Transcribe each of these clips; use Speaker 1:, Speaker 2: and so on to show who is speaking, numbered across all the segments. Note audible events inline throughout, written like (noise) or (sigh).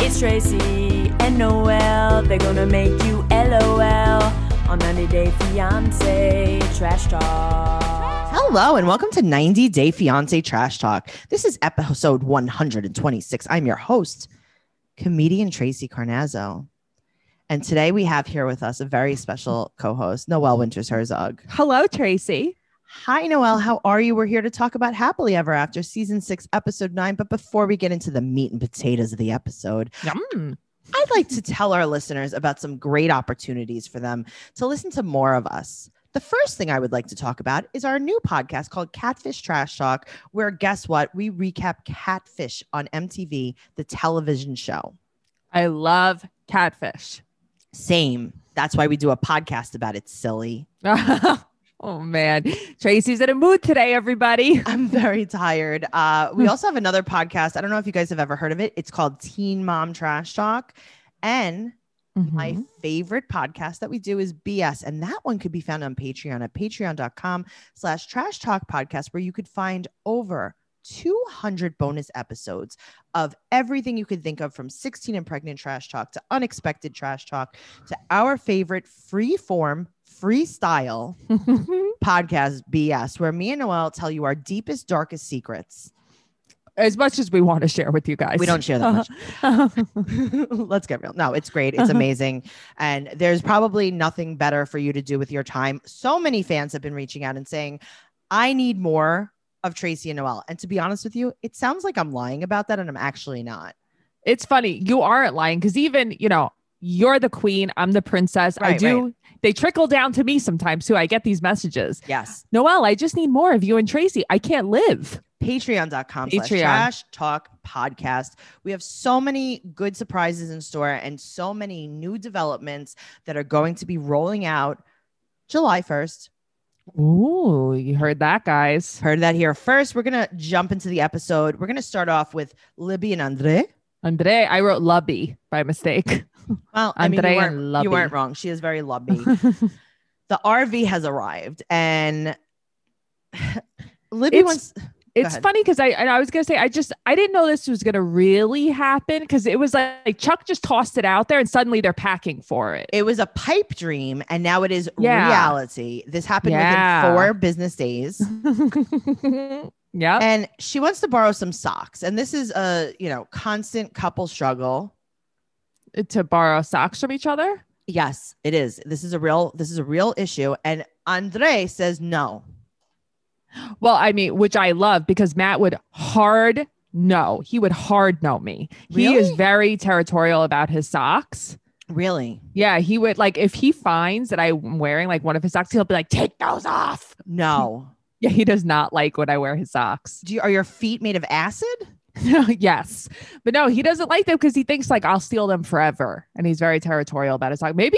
Speaker 1: It's Tracy and Noel. They're gonna make you LOL on 90 Day Fiance Trash Talk.
Speaker 2: Hello and welcome to 90 Day Fiance Trash Talk. This is episode 126. I'm your host, comedian Tracy Carnazzo. And today we have here with us a very special co host, Noelle Winters Herzog.
Speaker 3: Hello, Tracy.
Speaker 2: Hi, Noelle. How are you? We're here to talk about Happily Ever After, season six, episode nine. But before we get into the meat and potatoes of the episode, I'd like to tell our listeners about some great opportunities for them to listen to more of us. The first thing I would like to talk about is our new podcast called Catfish Trash Talk, where guess what? We recap Catfish on MTV, the television show.
Speaker 3: I love catfish. (laughs)
Speaker 2: Same. That's why we do a podcast about it, silly.
Speaker 3: oh man, Tracy's in a mood today, everybody.
Speaker 2: I'm very tired. Uh, we also have another podcast. I don't know if you guys have ever heard of it. It's called Teen Mom Trash Talk. And My
Speaker 3: Mm-hmm.
Speaker 2: favorite podcast that we do is BS, and that one could be found on Patreon at patreon.com slash trash talk podcast, where you could find over 200 bonus episodes of everything you could think of from 16 and pregnant trash talk to unexpected trash talk to our favorite free form, freestyle podcast BS, where me and Noel tell you our deepest, darkest secrets.
Speaker 3: (laughs) as much as we want to share with you guys,
Speaker 2: We
Speaker 3: (laughs)
Speaker 2: don't share that much. (laughs) Let's get real. No, it's great. It's amazing. And there's probably nothing better for you to do with your time. So many fans have been reaching out and saying, I need more of Tracy and Noel. And to be honest with you, it sounds like I'm lying about that, and I'm actually not.
Speaker 3: it's funny. You aren't lying because even you know you're the queen. I'm the princess. I
Speaker 2: Right,
Speaker 3: do. They trickle down to me sometimes too. I get these messages.
Speaker 2: Yes.
Speaker 3: Noelle, I just need more of you and Tracy. I can't live.
Speaker 2: Patreon.com slash
Speaker 3: Patreon.
Speaker 2: trash talk podcast. We have so many good surprises in store and so many new developments that are going to be rolling out July 1st.
Speaker 3: Ooh, you heard that, guys.
Speaker 2: Heard that here first. We're gonna jump into the episode. We're gonna start off with Libby and Andre.
Speaker 3: Andre, I wrote Lubby by mistake.
Speaker 2: Well, I mean, you
Speaker 3: Andre
Speaker 2: weren't,
Speaker 3: and
Speaker 2: you
Speaker 3: Lubby.
Speaker 2: weren't wrong. She is very lubby.
Speaker 3: (laughs)
Speaker 2: the RV has arrived, and (sighs) Libby
Speaker 3: It's-
Speaker 2: wants.
Speaker 3: It's
Speaker 2: ahead.
Speaker 3: funny because I and I was gonna say I just I didn't know this was gonna really happen because it was like, like Chuck just tossed it out there and suddenly they're packing for it.
Speaker 2: It was a pipe dream, and now it is
Speaker 3: Yeah.
Speaker 2: reality. This happened
Speaker 3: Yeah.
Speaker 2: within four business days.
Speaker 3: (laughs) yep.
Speaker 2: and she wants to borrow some socks, and this is a you know constant couple struggle.
Speaker 3: to borrow socks from each other.
Speaker 2: Yes, it is. This is a real. This is a real issue, and Andre says no.
Speaker 3: Well, I mean, which I love because Matt would hard no. He would hard no me. He is
Speaker 2: Really?
Speaker 3: very territorial about his socks.
Speaker 2: Really?
Speaker 3: Yeah, he would like if he finds that I'm wearing like one of his socks, he'll be like, take those off.
Speaker 2: No.
Speaker 3: Yeah, he does not like when I wear his socks.
Speaker 2: (laughs) Do you, are your feet made of acid?
Speaker 3: (laughs) yes. But no, he doesn't like them because he thinks like I'll steal them forever. And he's very territorial about his sock. Maybe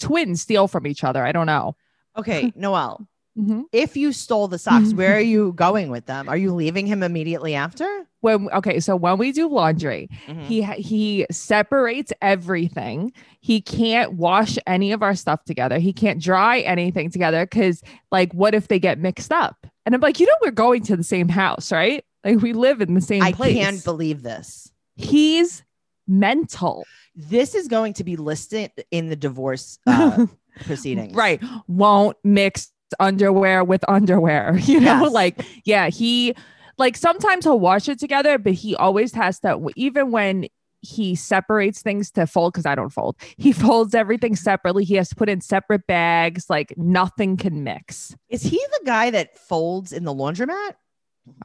Speaker 3: twins steal from each other. I don't know. (laughs)
Speaker 2: Okay, Noel.
Speaker 3: Mhm.
Speaker 2: If you stole the
Speaker 3: (laughs)
Speaker 2: socks, where are you going with them? Are you leaving him immediately after?
Speaker 3: When okay, so when we do laundry,
Speaker 2: He-
Speaker 3: he ha- he separates everything. He can't wash any of our stuff together. He can't dry anything together because like what if they get mixed up? And I'm like, you know, we're going to the same house, right? Like we live in the same
Speaker 2: I
Speaker 3: place.
Speaker 2: can't believe this.
Speaker 3: He's mental.
Speaker 2: This is going to be listed in the divorce
Speaker 3: (laughs)
Speaker 2: uh, proceedings.
Speaker 3: Right. Won't mix underwear with underwear. (laughs) You know,
Speaker 2: Yes.
Speaker 3: like, yeah, he, like, sometimes he'll wash it together, but he always has to, even when he separates things to fold, because I don't fold, he (laughs) folds everything separately. He has to put in separate bags, like, nothing can mix.
Speaker 2: Is he the guy that folds in the laundromat?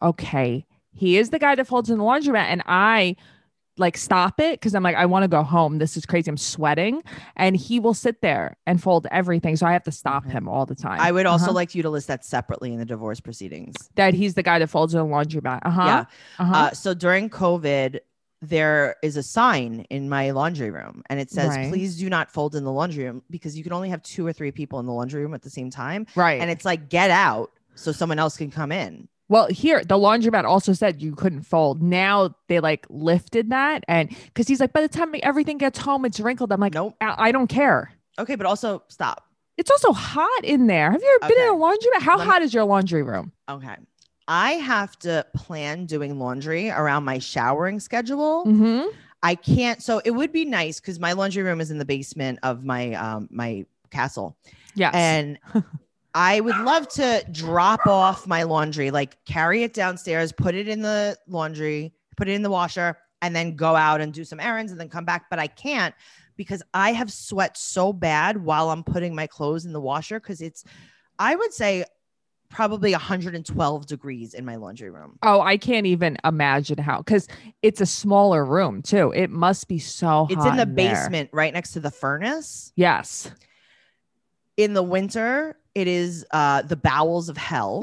Speaker 3: Okay. He is the guy that folds in the laundromat, and I, like stop it because I'm like I want to go home. This is crazy. I'm sweating, and he will sit there and fold everything. So I have to stop
Speaker 2: Okay.
Speaker 3: him all the time.
Speaker 2: Mm-hmm. I would also
Speaker 3: Uh-huh.
Speaker 2: like you to list that separately in the divorce proceedings.
Speaker 3: that he's the guy that folds in the laundromat. Uh huh.
Speaker 2: Yeah.
Speaker 3: Uh-huh.
Speaker 2: Uh, so during COVID, there is a sign in my laundry room and it says,
Speaker 3: Right.
Speaker 2: please do not fold in the laundry room because you can only have two or three people in the laundry room at the same time.
Speaker 3: right.
Speaker 2: And
Speaker 3: And
Speaker 2: it's like, get out so someone else can come in.
Speaker 3: well, here the laundromat also said you couldn't fold. Now they like lifted that, and because he's like, by the time everything gets home, it's wrinkled. I'm like,
Speaker 2: nope.
Speaker 3: I, I don't care.
Speaker 2: Okay. But also stop.
Speaker 3: It's also hot in there. Have you ever been in a laundromat? How
Speaker 2: Let me-
Speaker 3: hot is your laundry room?
Speaker 2: Okay. I have to plan doing laundry around my showering schedule.
Speaker 3: Mm-hmm.
Speaker 2: I can't. So it would be nice because my laundry room is in the basement of my um my castle,
Speaker 3: Yes.
Speaker 2: and I would love to drop off my laundry, like carry it downstairs, put it in the laundry, put it in the washer, and then go out and do some errands and then come back. But I can't because I have sweat so bad while I'm putting my clothes in the washer because it's, I would say, probably 112 degrees in my laundry room.
Speaker 3: oh, I can't even imagine how because it's a smaller room too. It must be so hot.
Speaker 2: It's in the
Speaker 3: there.
Speaker 2: basement right next to the furnace.
Speaker 3: Yes. (laughs)
Speaker 2: In the winter, it is uh, the bowels of hell.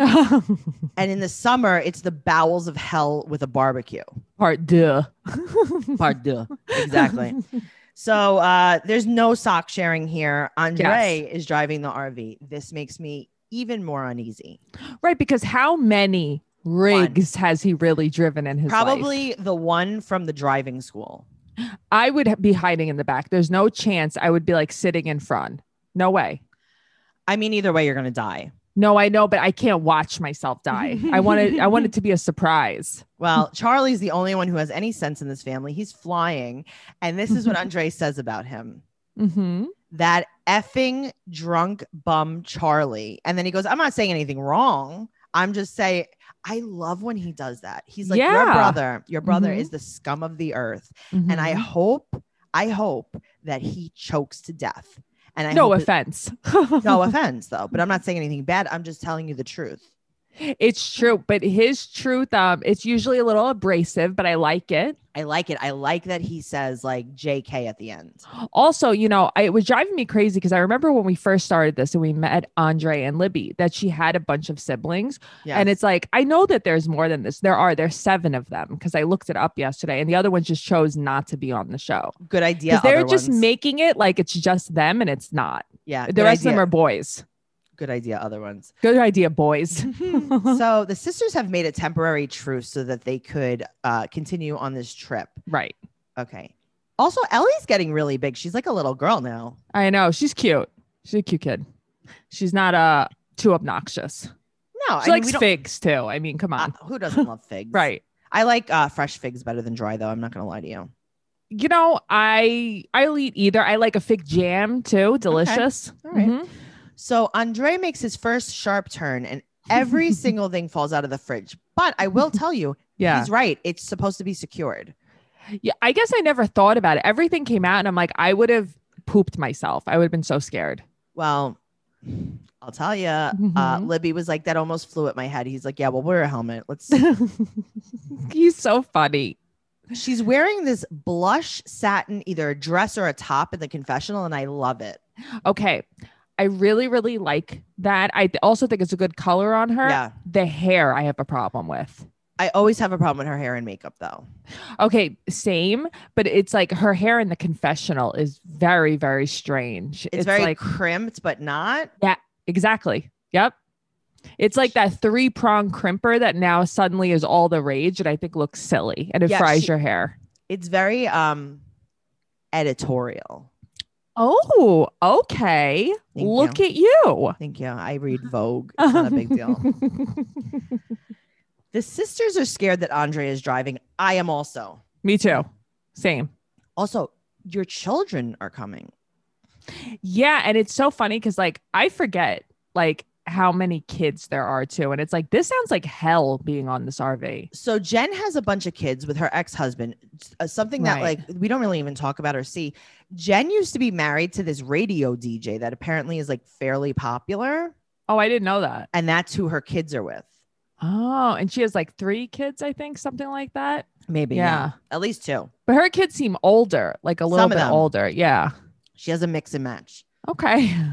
Speaker 3: (laughs)
Speaker 2: and in the summer, it's the bowels of hell with a barbecue.
Speaker 3: Part deux. (laughs)
Speaker 2: Part deux. Exactly. So uh, there's no sock sharing here. Andre is driving the RV. This makes me even more uneasy.
Speaker 3: Right, because how many rigs has he really driven in his life?
Speaker 2: Probably the one from the driving school.
Speaker 3: I would h- be hiding in the back. There's no chance I would be like sitting in front. No way.
Speaker 2: I mean, either way, you're gonna die.
Speaker 3: No, I know, but I can't watch myself die. I want it. I want it to be a surprise. (laughs)
Speaker 2: Well, Charlie's the only one who has any sense in this family. He's flying, and this
Speaker 3: (laughs)
Speaker 2: is what Andre says about him:
Speaker 3: Mm-hmm.
Speaker 2: that effing drunk bum Charlie. And then he goes, "I'm not saying anything wrong. I'm just saying." I love when he does that. He's like, Your
Speaker 3: Yeah.
Speaker 2: brother, your brother
Speaker 3: Mhm.
Speaker 2: is the scum of the earth.
Speaker 3: Mm-hmm.
Speaker 2: and I hope, I hope that he chokes to death. And I
Speaker 3: no
Speaker 2: hope it-
Speaker 3: offense.
Speaker 2: no offense though, but I'm not saying anything bad. I'm just telling you the truth.
Speaker 3: It's true, but his truth. Um, it's usually a little abrasive, but I like it.
Speaker 2: I like it. I like that he says like J.K. at the
Speaker 3: (gasps)
Speaker 2: end.
Speaker 3: Also, you know, I, it was driving me crazy because I remember when we first started this and we met Andre and Libby that she had a bunch of siblings.
Speaker 2: Yeah,
Speaker 3: And it's like, I know that there's more than this. There are, there's seven of them because I looked it up yesterday and the other ones just chose not to be on the show.
Speaker 2: good idea.
Speaker 3: Because they're
Speaker 2: other
Speaker 3: just
Speaker 2: ones.
Speaker 3: making it like it's just them and it's not.
Speaker 2: yeah.
Speaker 3: The rest of them are boys.
Speaker 2: good idea. Other
Speaker 3: (laughs)
Speaker 2: ones.
Speaker 3: Good
Speaker 2: (laughs)
Speaker 3: idea, boys.
Speaker 2: so the sisters have made a temporary truce so that they could uh, continue on this trip.
Speaker 3: right.
Speaker 2: Okay. Also, Ellie's getting really big. She's like a little girl now.
Speaker 3: I know. She's cute. She's a cute kid. She's not uh too obnoxious.
Speaker 2: No, I
Speaker 3: She
Speaker 2: mean,
Speaker 3: likes
Speaker 2: we don't-
Speaker 3: figs too. I mean, come
Speaker 2: uh,
Speaker 3: on.
Speaker 2: who doesn't love figs?
Speaker 3: right.
Speaker 2: I like uh, fresh figs better than dry, though. I'm not gonna lie to you.
Speaker 3: You know, I I'll eat either. I like a fig jam too. Delicious.
Speaker 2: All right.
Speaker 3: Mhm.
Speaker 2: So Andre makes his first sharp turn, and every
Speaker 3: (laughs)
Speaker 2: single thing falls out of the fridge. But I will tell you,
Speaker 3: Yeah.
Speaker 2: he's right. It's supposed to be secured.
Speaker 3: Yeah, I guess I never thought about it. Everything came out, and I'm like, I would have pooped myself. I would have been so scared.
Speaker 2: (laughs) Well, I'll tell you. Uh,
Speaker 3: Mhm.
Speaker 2: Libby was like, "That almost flew at my head." He's like, "Yeah, well, wear a helmet." Let's.
Speaker 3: (laughs) He's so funny.
Speaker 2: She's wearing this blush satin, either a dress or a top, in the confessional, and I love it.
Speaker 3: Okay. I really, really like that. I th- also think it's a good color on her.
Speaker 2: Yeah,
Speaker 3: The hair, I have a problem with.
Speaker 2: I always have a problem with her hair and makeup, though.
Speaker 3: Okay, same, but it's like her hair in the confessional is very, very strange.
Speaker 2: It's, very
Speaker 3: like
Speaker 2: crimped, but not.
Speaker 3: exactly. Yep. It's like that three prong crimper that now suddenly is all the rage, and I think looks silly, and it
Speaker 2: Yeah,
Speaker 3: fries
Speaker 2: she-
Speaker 3: your hair.
Speaker 2: It's very um, editorial.
Speaker 3: Oh, okay.
Speaker 2: Thank
Speaker 3: Look at you.
Speaker 2: Thank you. I
Speaker 3: (laughs)
Speaker 2: read Vogue. It's not a big deal. The sisters are scared that Andre is driving. I am also.
Speaker 3: Me too. Same.
Speaker 2: Also, your children are coming.
Speaker 3: Yeah. And it's so funny because, like, I forget, like, how many kids there are too. And it's like, this sounds like hell being on this RV.
Speaker 2: So Jen has a bunch of kids with her ex-husband. uh, something that
Speaker 3: Right.
Speaker 2: like we don't really even talk about or see. Jen used to be married to this radio DJ that apparently is like fairly popular,
Speaker 3: Oh, I didn't know that.
Speaker 2: and that's who her kids are with.
Speaker 3: Oh, and she has like three kids, I think, something like that.
Speaker 2: Maybe
Speaker 3: Yeah.
Speaker 2: at least two.
Speaker 3: But her kids seem older, like a little
Speaker 2: Some of
Speaker 3: bit
Speaker 2: them.
Speaker 3: older. Yeah.
Speaker 2: She has a mix and match.
Speaker 3: Okay. (laughs)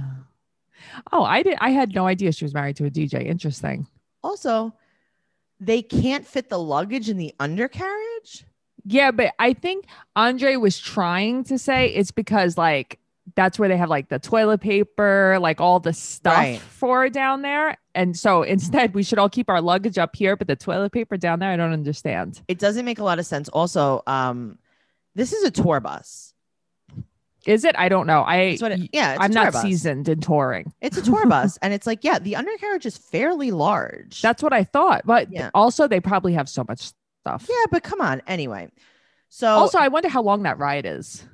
Speaker 3: Oh, I did. I had no idea she was married to a DJ. Interesting.
Speaker 2: Also, they can't fit the luggage in the undercarriage.
Speaker 3: Yeah, but I think Andre was trying to say it's because like that's where they have like the toilet paper, like all the stuff
Speaker 2: Right.
Speaker 3: for down there. And so (laughs) instead we should all keep our luggage up here, but the toilet paper down there, I don't understand.
Speaker 2: It doesn't make a lot of sense. Also, um, this is a tour bus.
Speaker 3: Is it? I don't know. I
Speaker 2: It's what it- yeah, it's
Speaker 3: I'm
Speaker 2: a tour
Speaker 3: not
Speaker 2: bus.
Speaker 3: seasoned in touring.
Speaker 2: It's a
Speaker 3: (laughs)
Speaker 2: tour bus, and it's like, yeah, the undercarriage is fairly large.
Speaker 3: That's what I thought. But
Speaker 2: Yeah.
Speaker 3: also they probably have so much stuff.
Speaker 2: yeah, but come on. Anyway, So
Speaker 3: also, I wonder how long that ride is.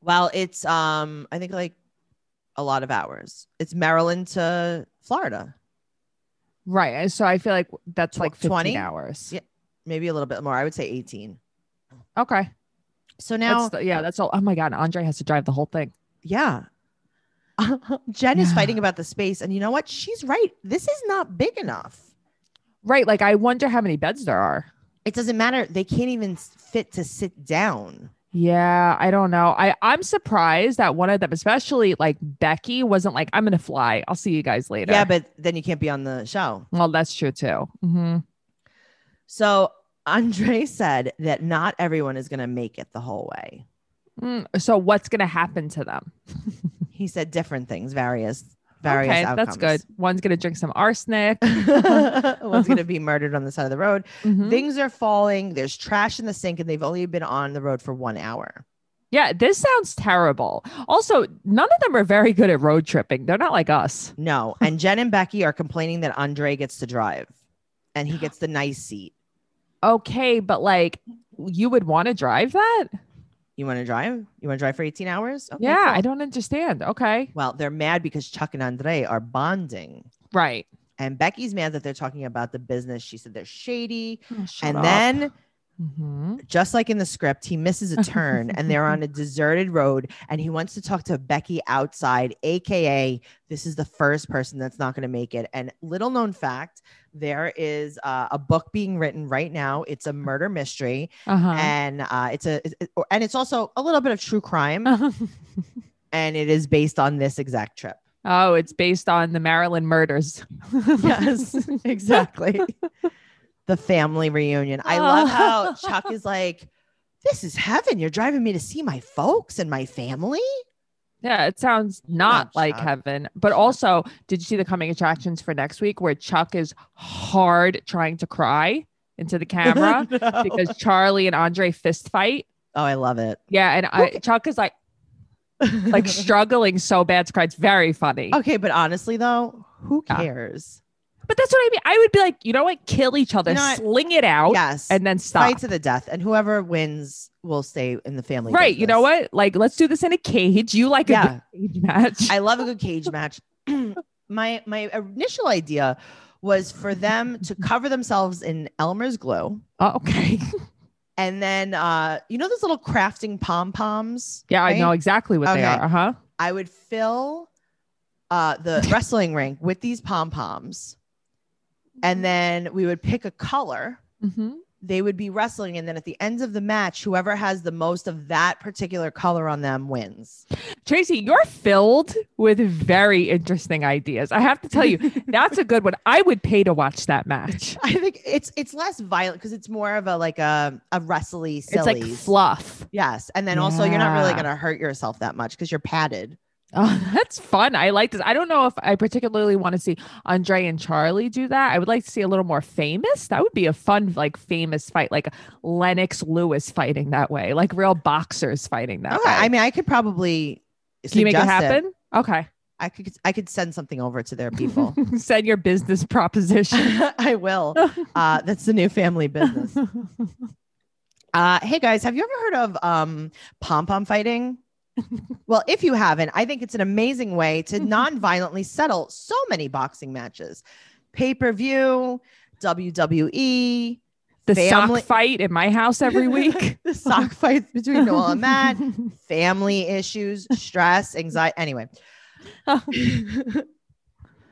Speaker 2: well, it's um I think like a lot of hours. It's Maryland to Florida,
Speaker 3: Right. and So I feel like that's
Speaker 2: Tw-
Speaker 3: like 15
Speaker 2: 20?
Speaker 3: hours.
Speaker 2: Yeah. maybe a little bit more. I would say 18.
Speaker 3: Okay.
Speaker 2: So now
Speaker 3: that's the- yeah, that's all. Oh my God. Andre has to drive the whole thing.
Speaker 2: yeah. (laughs) Jen is
Speaker 3: Yeah.
Speaker 2: fighting about the space and you know what? She's right. This is not big enough.
Speaker 3: Right. Like, I wonder how many beds there are.
Speaker 2: It doesn't matter. They can't even s- fit to sit down.
Speaker 3: Yeah, I don't know. I I'm surprised that one of them, especially like Becky, wasn't like, "I'm gonna fly. I'll see you guys later."
Speaker 2: Yeah, but then you can't be on the show.
Speaker 3: well, that's true too. hmm
Speaker 2: So Andre (laughs) said that not everyone is going to make it the whole way.
Speaker 3: Mm, so what's gonna happen to them?
Speaker 2: He said different things, various, various
Speaker 3: okay,
Speaker 2: outcomes.
Speaker 3: that's good. One's gonna drink some
Speaker 2: (laughs)
Speaker 3: arsenic. Mm-hmm.
Speaker 2: good. One's
Speaker 3: (laughs)
Speaker 2: going to be murdered on the side of the road.
Speaker 3: Mhm.
Speaker 2: Things are falling. There's trash in the sink, and they've only been on the road for one hour.
Speaker 3: yeah, this sounds terrible. Also, none of them are very good at road tripping. They're not like us.
Speaker 2: No. And Jen and Becky are complaining that Andre gets to drive and he gets the nice seat.
Speaker 3: Okay, but like, you would want to drive that?
Speaker 2: You want to drive? You want to drive for 18 hours? Okay,
Speaker 3: yeah,
Speaker 2: cool.
Speaker 3: I don't understand. Okay,
Speaker 2: Well, they're mad because Chuck and Andre are bonding.
Speaker 3: right.
Speaker 2: And Becky's mad that they're talking about the business. She said they're shady. and
Speaker 3: and then.
Speaker 2: then
Speaker 3: Mm-hmm.
Speaker 2: just like in the script, he misses a turn and they're on a deserted road and he wants to talk to Becky outside, AKA, this is the first person that's not going to make it. And little known fact, there is uh, a book being written right now. It's a murder mystery
Speaker 3: Uh
Speaker 2: and uh, it's a, it- or- and it's also a little bit of true crime
Speaker 3: huh.
Speaker 2: and it is based on this exact trip.
Speaker 3: (laughs) Oh, it's based on the Maryland murders.
Speaker 2: Yes, (laughs) exactly. the family reunion. I
Speaker 3: (laughs)
Speaker 2: love how
Speaker 3: Oh.
Speaker 2: Chuck is like, this is heaven. You're driving me to see my folks and my family.
Speaker 3: (laughs)
Speaker 2: (laughs)
Speaker 3: Yeah, it sounds not
Speaker 2: on,
Speaker 3: like
Speaker 2: Chuck.
Speaker 3: heaven. But also, did you see the coming attractions for next week where Chuck is hard trying to cry into
Speaker 2: (laughs)
Speaker 3: the camera
Speaker 2: No.
Speaker 3: because Charlie and Andre fist fight?
Speaker 2: oh, I love it.
Speaker 3: Yeah, and I, Chuck is like
Speaker 2: (laughs)
Speaker 3: like struggling so bad to cry. It's very funny.
Speaker 2: okay, but honestly though, Oh, who
Speaker 3: Yeah.
Speaker 2: cares?
Speaker 3: But that's what I mean. I would be like, you know what? Kill each other,
Speaker 2: You know what?
Speaker 3: sling it out,
Speaker 2: yes,
Speaker 3: and then stop.
Speaker 2: fight to the death, and whoever wins will stay in the family.
Speaker 3: Right. You know
Speaker 2: business.
Speaker 3: what? Like, let's do this in a cage. You like a
Speaker 2: Yeah,
Speaker 3: good cage match.
Speaker 2: I love a good cage match. (clears throat) my my initial idea was for them to cover themselves in Elmer's glue.
Speaker 3: Oh, okay. (laughs)
Speaker 2: And then, uh, you know, those little crafting pom poms.
Speaker 3: Yeah, I know exactly what
Speaker 2: Okay.
Speaker 3: they are. Uh huh.
Speaker 2: I would fill uh,
Speaker 3: (laughs)
Speaker 2: the wrestling rink with these pom poms, and then we would pick a color.
Speaker 3: Mm-hmm.
Speaker 2: They would be wrestling, and then at the end of the match, whoever has the most of that particular color on them wins.
Speaker 3: Tracy, you're filled with very interesting ideas. I have to
Speaker 2: (laughs)
Speaker 3: tell you, that's a good one. I would pay to watch that match.
Speaker 2: I think it's it's less violent because it's more of a like a a wrestly
Speaker 3: It's
Speaker 2: silly.
Speaker 3: like fluff. (laughs)
Speaker 2: yes, and then also you're not really
Speaker 3: Yeah.
Speaker 2: gonna hurt yourself that much because you're padded.
Speaker 3: Oh, that's fun. I like this. I don't know if I particularly want to see Andre and Charlie do that. I would like to see a little more famous. That would be a fun, like famous fight, like Lennox Lewis fighting that way, like real boxers fighting that
Speaker 2: Okay,
Speaker 3: way.
Speaker 2: I mean, I could probably
Speaker 3: Can you make it
Speaker 2: suggest it.
Speaker 3: happen? Okay. (laughs)
Speaker 2: I could I could send something over to their people.
Speaker 3: Send your
Speaker 2: (laughs)
Speaker 3: business proposition. (laughs)
Speaker 2: I will. Uh, that's the new family business. Uh, hey guys, have you ever heard of um, pom pom fighting? well, if you haven't, I think it's an amazing way to non violently settle so many boxing matches pay per view, WWE,
Speaker 3: the
Speaker 2: Family-
Speaker 3: sock fight in my house
Speaker 2: (laughs)
Speaker 3: every week.
Speaker 2: E, the sock fights between Noel
Speaker 3: (laughs)
Speaker 2: and Matt, family issues, stress, anxiety. Anyway.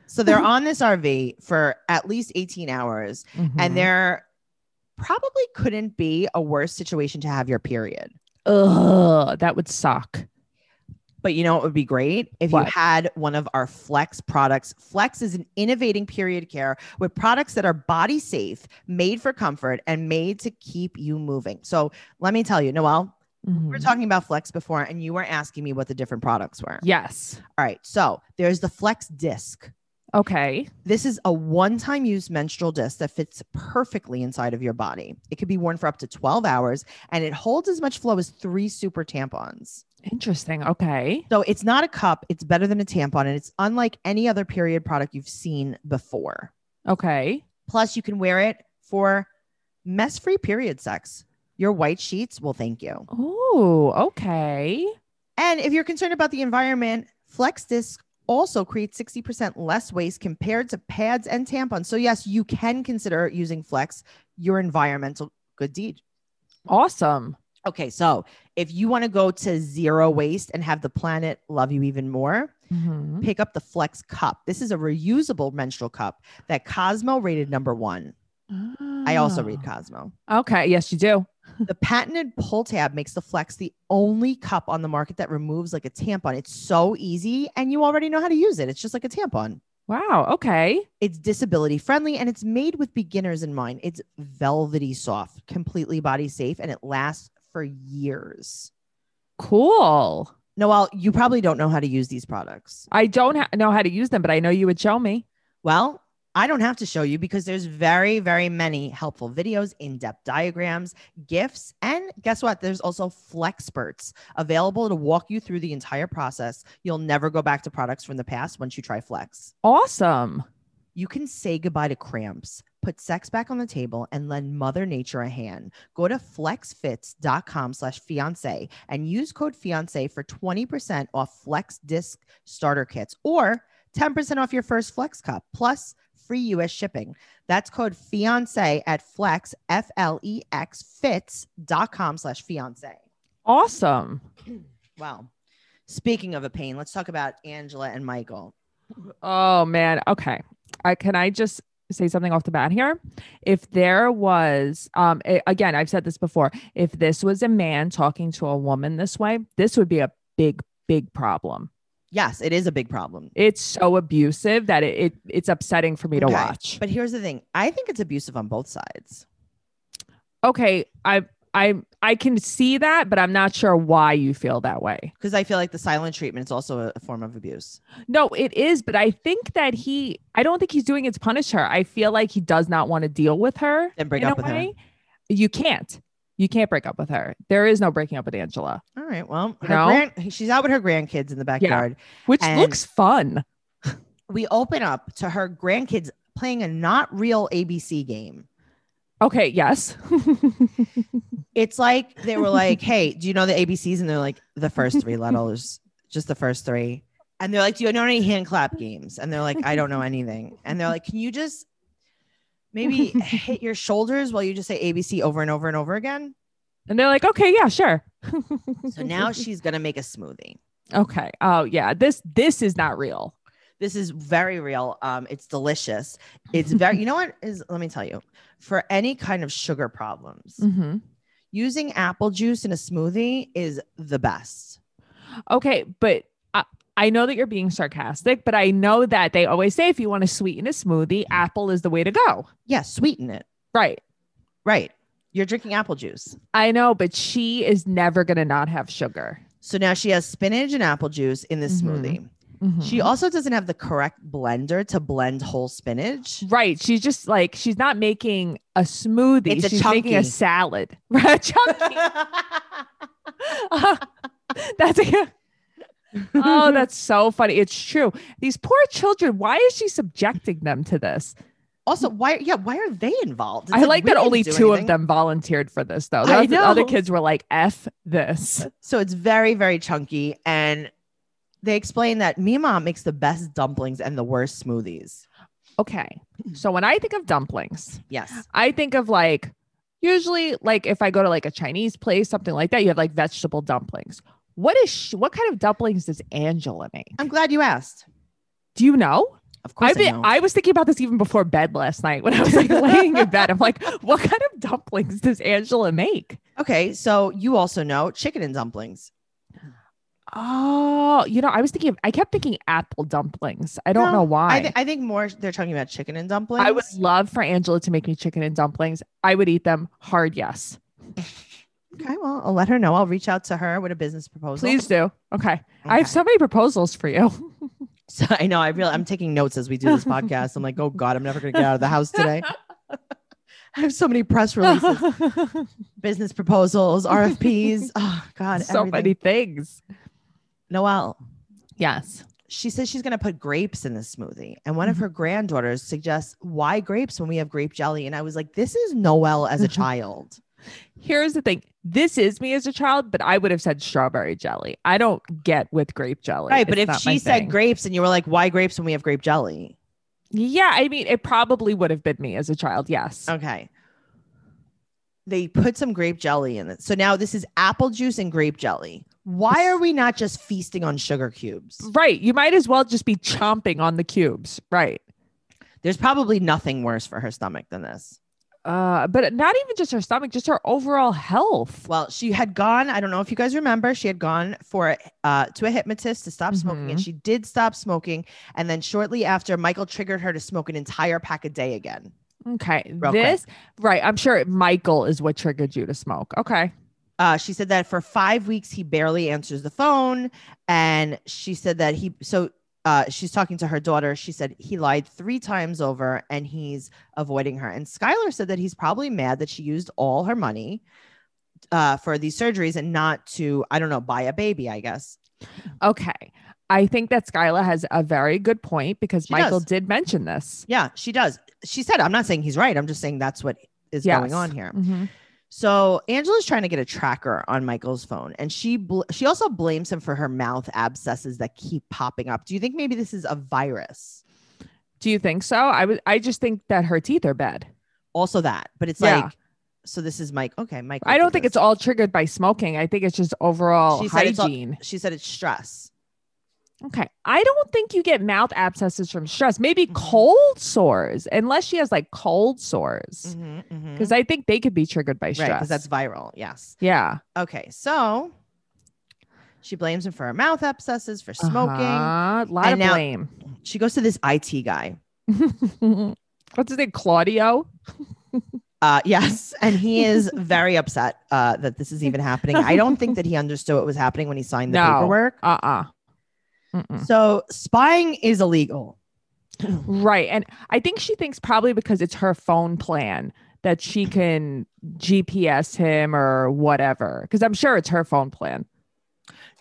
Speaker 2: so they're on this RV for at least 18 hours.
Speaker 3: Mm-hmm.
Speaker 2: and there probably couldn't be a worse situation to have your period.
Speaker 3: Ugh, that would suck.
Speaker 2: But you know what would be great if you
Speaker 3: What?
Speaker 2: had one of our Flex products. Flex is an innovating period care with products that are body safe, made for comfort, and made to keep you moving. So let me tell you, Noelle, we were
Speaker 3: Mhm.
Speaker 2: talking about Flex before, and you were asking me what the different products were.
Speaker 3: Yes.
Speaker 2: All right. So there's the Flex disc.
Speaker 3: Okay.
Speaker 2: This is a one time use menstrual disc that fits perfectly inside of your body. It could be worn for up to 12 hours and it holds as much flow as three super tampons.
Speaker 3: Interesting. Okay.
Speaker 2: So it's not a cup, it's better than a tampon, and it's unlike any other period product you've seen before.
Speaker 3: Okay.
Speaker 2: Plus, you can wear it for mess free period sex. Your white sheets will thank you.
Speaker 3: Oh, okay.
Speaker 2: And if you're concerned about the environment, Flex Disc also creates 60% less waste compared to pads and tampons. So, yes, you can consider using Flex, your environmental good deed.
Speaker 3: Awesome.
Speaker 2: Okay, so if you want to go to zero waste and have the planet love you even more,
Speaker 3: Mhm.
Speaker 2: pick up the Flex Cup. This is a reusable menstrual cup that Cosmo rated number one. I also read
Speaker 3: Ah.
Speaker 2: Cosmo.
Speaker 3: Okay. Yes, you do.
Speaker 2: The patented pull tab makes the Flex the only cup on the market that removes like a tampon. It's so easy, and you already know how to use it. It's just like a tampon.
Speaker 3: Wow. Okay.
Speaker 2: It's disability friendly and it's made with beginners in mind. It's velvety soft, completely body safe, and it lasts for years.
Speaker 3: Cool.
Speaker 2: Noel, you probably don't know how to use these products.
Speaker 3: I don't ha- know how to use them, but I know you would show me.
Speaker 2: Well, I don't have to show you because there's very, very many helpful videos, in-depth diagrams, gifts, and guess what? There's also Flexperts available to walk you through the entire process. You'll never go back to products from the past once you try Flex.
Speaker 3: Awesome.
Speaker 2: You can say goodbye to cramps, put sex back on the table, and lend Mother Nature a hand. Go to flexfits.com slash fiance and use code fiance for 20% off Flex Disc Starter Kits or 10% off your first Flex Cup, plus free US shipping. That's code fiance at flex, F L E X fits.com slash fiance.
Speaker 3: Awesome.
Speaker 2: Wow. Speaking of a pain, let's talk about Angela and Michael.
Speaker 3: Oh man. Okay. I can I just say something off the bat here? If there was um a- again, I've said this before, if this was a man talking to a woman this way, this would be a big big problem.
Speaker 2: Yes, it is a big problem.
Speaker 3: It's so abusive that it, it it's upsetting for me to
Speaker 2: Okay.
Speaker 3: watch.
Speaker 2: But here's the thing I think it's abusive on both sides.
Speaker 3: Okay, I I I can see that, but I'm not sure why you feel that way.
Speaker 2: because I feel like the silent treatment is also a- a form of abuse.
Speaker 3: No, it is, but I think that he I don't think he's doing it to punish her. I feel like he does not want to deal with her.
Speaker 2: Then break
Speaker 3: in
Speaker 2: up
Speaker 3: a
Speaker 2: with
Speaker 3: way, you can't. You can't break up with her. There is no breaking up with Angela,
Speaker 2: her. All right. Well, her
Speaker 3: You know?
Speaker 2: grand- she's out with her grandkids in the backyard.
Speaker 3: which
Speaker 2: And-
Speaker 3: looks fun.
Speaker 2: We open up to her grandkids playing a not real ABC game.
Speaker 3: Okay, yes. (laughs)
Speaker 2: It's like they were like, "Hey, do you know the ABCs?" And they're like, "The first three letters, just the first three. And they're like, "Do you know any hand clap games?" And they're like, "I don't know anything." And they're like, "Can you just maybe hit your shoulders while you just say ABC over and over and over again?"
Speaker 3: and they're like, okay, yeah, sure.
Speaker 2: So
Speaker 3: (laughs)
Speaker 2: now she's gonna make a smoothie.
Speaker 3: okay. Oh yeah, this this is not real.
Speaker 2: This is very real. Um, it's delicious. It's very, you know what is, let me tell you, for any kind of sugar problems,
Speaker 3: Mhm.
Speaker 2: using apple juice in a smoothie is the best.
Speaker 3: Okay, but I, I know that you're being sarcastic, but I know that they always say if you want to sweeten a smoothie, apple is the way to go.
Speaker 2: Yeah, sweeten it.
Speaker 3: Right.
Speaker 2: Right. You're drinking apple juice.
Speaker 3: I know, but she is never gonna not have sugar.
Speaker 2: So now she has spinach and apple juice in this
Speaker 3: Mhm.
Speaker 2: smoothie. She
Speaker 3: Mhm.
Speaker 2: also doesn't have the correct blender to blend whole
Speaker 3: (laughs)
Speaker 2: spinach.
Speaker 3: Right. She's just like, she's not making a smoothie.
Speaker 2: It's a
Speaker 3: she's making
Speaker 2: chunky.
Speaker 3: a salad. (laughs) Right. Chunky. (laughs)
Speaker 2: (laughs)
Speaker 3: that's a, oh, that's so funny. It's true. These poor children, why is she subjecting them to this?
Speaker 2: also, why? Yeah, why are they involved? It's
Speaker 3: I like
Speaker 2: we
Speaker 3: that
Speaker 2: didn't
Speaker 3: only
Speaker 2: do
Speaker 3: two
Speaker 2: anything.
Speaker 3: of them volunteered for this, though.
Speaker 2: I
Speaker 3: The oth- other
Speaker 2: know.
Speaker 3: kids were like, F
Speaker 2: (laughs)
Speaker 3: this.
Speaker 2: So it's very, very chunky. And they explain that Mima makes the best dumplings and the worst smoothies.
Speaker 3: Okay. So when I think of dumplings,
Speaker 2: Yes.
Speaker 3: I think of like, usually like if I go to like a Chinese place, something like that, you have like vegetable dumplings. What is she, what kind of dumplings does Angela make?
Speaker 2: I'm glad you asked.
Speaker 3: Do you know?
Speaker 2: Of course.
Speaker 3: I've
Speaker 2: I
Speaker 3: been,
Speaker 2: know.
Speaker 3: I was thinking about this even before bed last night when I was like (laughs) laying in bed. I'm like, what kind of dumplings does Angela make?
Speaker 2: okay. So you also know chicken and dumplings.
Speaker 3: Oh, you know, I was thinking, of, I kept thinking apple dumplings. I don't
Speaker 2: No,
Speaker 3: know why.
Speaker 2: I,
Speaker 3: I,
Speaker 2: th- I think more they're talking about chicken and dumplings.
Speaker 3: would love for Angela to make me chicken and dumplings. I would eat them hard. Yes.
Speaker 2: Okay. Well, I'll let her know. I'll reach out to her with a business proposal.
Speaker 3: Please do. Okay. I have
Speaker 2: Okay.
Speaker 3: so many proposals for (laughs) you.
Speaker 2: (laughs) So I know I really I'm taking notes as we do this podcast. I'm like, oh God, I'm never gonna get out of the house
Speaker 3: (laughs)
Speaker 2: today. I have so many press releases,
Speaker 3: (laughs)
Speaker 2: business proposals, RFPs. Oh God,
Speaker 3: so
Speaker 2: everything.
Speaker 3: many things.
Speaker 2: Noelle,
Speaker 3: Yes.
Speaker 2: she says she's going to put grapes in the smoothie. And one of
Speaker 3: Mhm.
Speaker 2: her
Speaker 3: (laughs)
Speaker 2: granddaughters suggests, why grapes when we have grape jelly? And I was like, this is Noelle as a child.
Speaker 3: Here's the thing. This is me as a child, but I would have said strawberry jelly. I don't get with grape jelly.
Speaker 2: Right. But
Speaker 3: It's
Speaker 2: if
Speaker 3: not my
Speaker 2: she said
Speaker 3: thing.
Speaker 2: grapes and you were like, why grapes when we have grape jelly?
Speaker 3: yeah, I mean, it probably would have been me as a child. Yes.
Speaker 2: Okay. They put some grape jelly in it. So now this is apple juice and grape jelly. Why are we not just feasting on sugar cubes?
Speaker 3: Right. You might as well just be chomping on the cubes. Right.
Speaker 2: There's probably nothing worse for her stomach than this.
Speaker 3: Uh, but not even just her stomach, just her overall health.
Speaker 2: Well, she had gone, I don't know if you guys remember, she had gone for a- uh, to a hypnotist to stop smoking and she did stop smoking and then shortly after Michael triggered her to smoke an entire pack a day again.
Speaker 3: Okay.
Speaker 2: Real quick.
Speaker 3: this, right. I'm sure Michael is what triggered you to smoke. Okay.
Speaker 2: Uh, she said that for five weeks he barely answers the phone, and she said that he so uh, she's talking to her daughter. She said he lied three times over, and he's avoiding her. And Skylar said that he's probably mad that she used all her money uh, for these surgeries and not to I don't know buy a baby. I guess
Speaker 3: Okay. I think that Skyla has a very good point because
Speaker 2: She
Speaker 3: Michael
Speaker 2: does.
Speaker 3: did mention this.
Speaker 2: yeah, she does. She said I'm not saying he's right. I'm just saying that's what is
Speaker 3: Yes.
Speaker 2: going on here.
Speaker 3: Mhm.
Speaker 2: So Angela's trying to get a tracker on Michael's phone, and she bl- she also blames him for her mouth abscesses that keep popping up. Do you think maybe this is a virus?
Speaker 3: Do you think so? I was. I just think that her teeth are bad.
Speaker 2: Also that, but it's
Speaker 3: Yeah.
Speaker 2: like so. This is Mike. Okay, Mike.
Speaker 3: I don't think it's all triggered by smoking. I think it's just overall
Speaker 2: She said it's all-
Speaker 3: hygiene.
Speaker 2: She said it's stress.
Speaker 3: okay. I don't think you get mouth abscesses from stress. Maybe
Speaker 2: Mhm.
Speaker 3: cold sores, unless she has like cold sores,
Speaker 2: Because
Speaker 3: because I think they could be triggered by Mm-hmm, stress.
Speaker 2: Mm-hmm. right, because that's viral. Yes.
Speaker 3: yeah.
Speaker 2: Okay, so she blames him for her mouth abscesses for
Speaker 3: Uh-huh.
Speaker 2: smoking.
Speaker 3: A lot
Speaker 2: And
Speaker 3: of
Speaker 2: now-
Speaker 3: blame. (laughs)
Speaker 2: She goes to this IT guy.
Speaker 3: What's his name? Claudio.
Speaker 2: Uh, yes, and he
Speaker 3: (laughs)
Speaker 2: is very upset uh, that this is even happening. I don't think that he understood what was happening when he signed the
Speaker 3: No. Mm.
Speaker 2: paperwork.
Speaker 3: Uh uh Mm-mm.
Speaker 2: So spying is illegal.
Speaker 3: Right. And I think she thinks probably because it's her phone plan that she can GPS him or whatever. Because I'm sure it's her phone plan.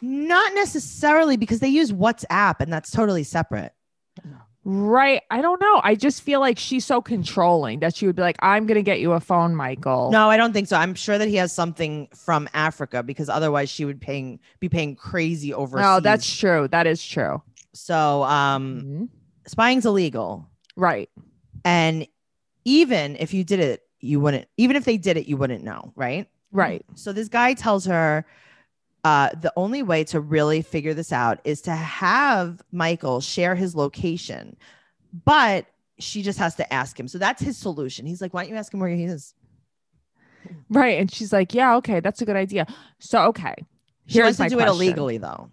Speaker 2: Not necessarily because they use WhatsApp and that's totally separate.
Speaker 3: Right. I don't know. I just feel like she's so controlling that she would be like, I'm going to get you a phone, Michael.
Speaker 2: No, I don't think so. I'm sure that he has something from Africa because otherwise she would paying be paying crazy over.
Speaker 3: No, that's true. That is true.
Speaker 2: so um
Speaker 3: Mhm.
Speaker 2: spying's illegal.
Speaker 3: Right.
Speaker 2: And even if you did it, you wouldn't even if they did it, you wouldn't know, right?
Speaker 3: Right.
Speaker 2: So this guy tells her uh, the only way to really figure this out is to have Michael share his location, but she just has to ask him. So that's his solution. He's like, "Why don't you ask him where he is?"
Speaker 3: Right. And she's like, Yeah, okay. That's a good idea. So, okay. (clears throat)
Speaker 2: She wants
Speaker 3: Here's
Speaker 2: to
Speaker 3: my
Speaker 2: do it
Speaker 3: question.
Speaker 2: illegally, though.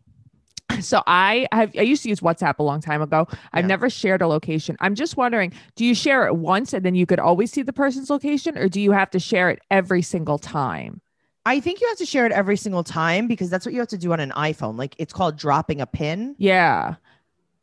Speaker 3: So I have I used to use WhatsApp a long time ago. I've
Speaker 2: Yeah.
Speaker 3: never shared a location. I'm just wondering, do you share it once and then you could always see the person's location or do you have to share it every single time?
Speaker 2: I think you have to share it every single time because that's what you have to do on an iPhone. Like it's called dropping a pin.
Speaker 3: Yeah.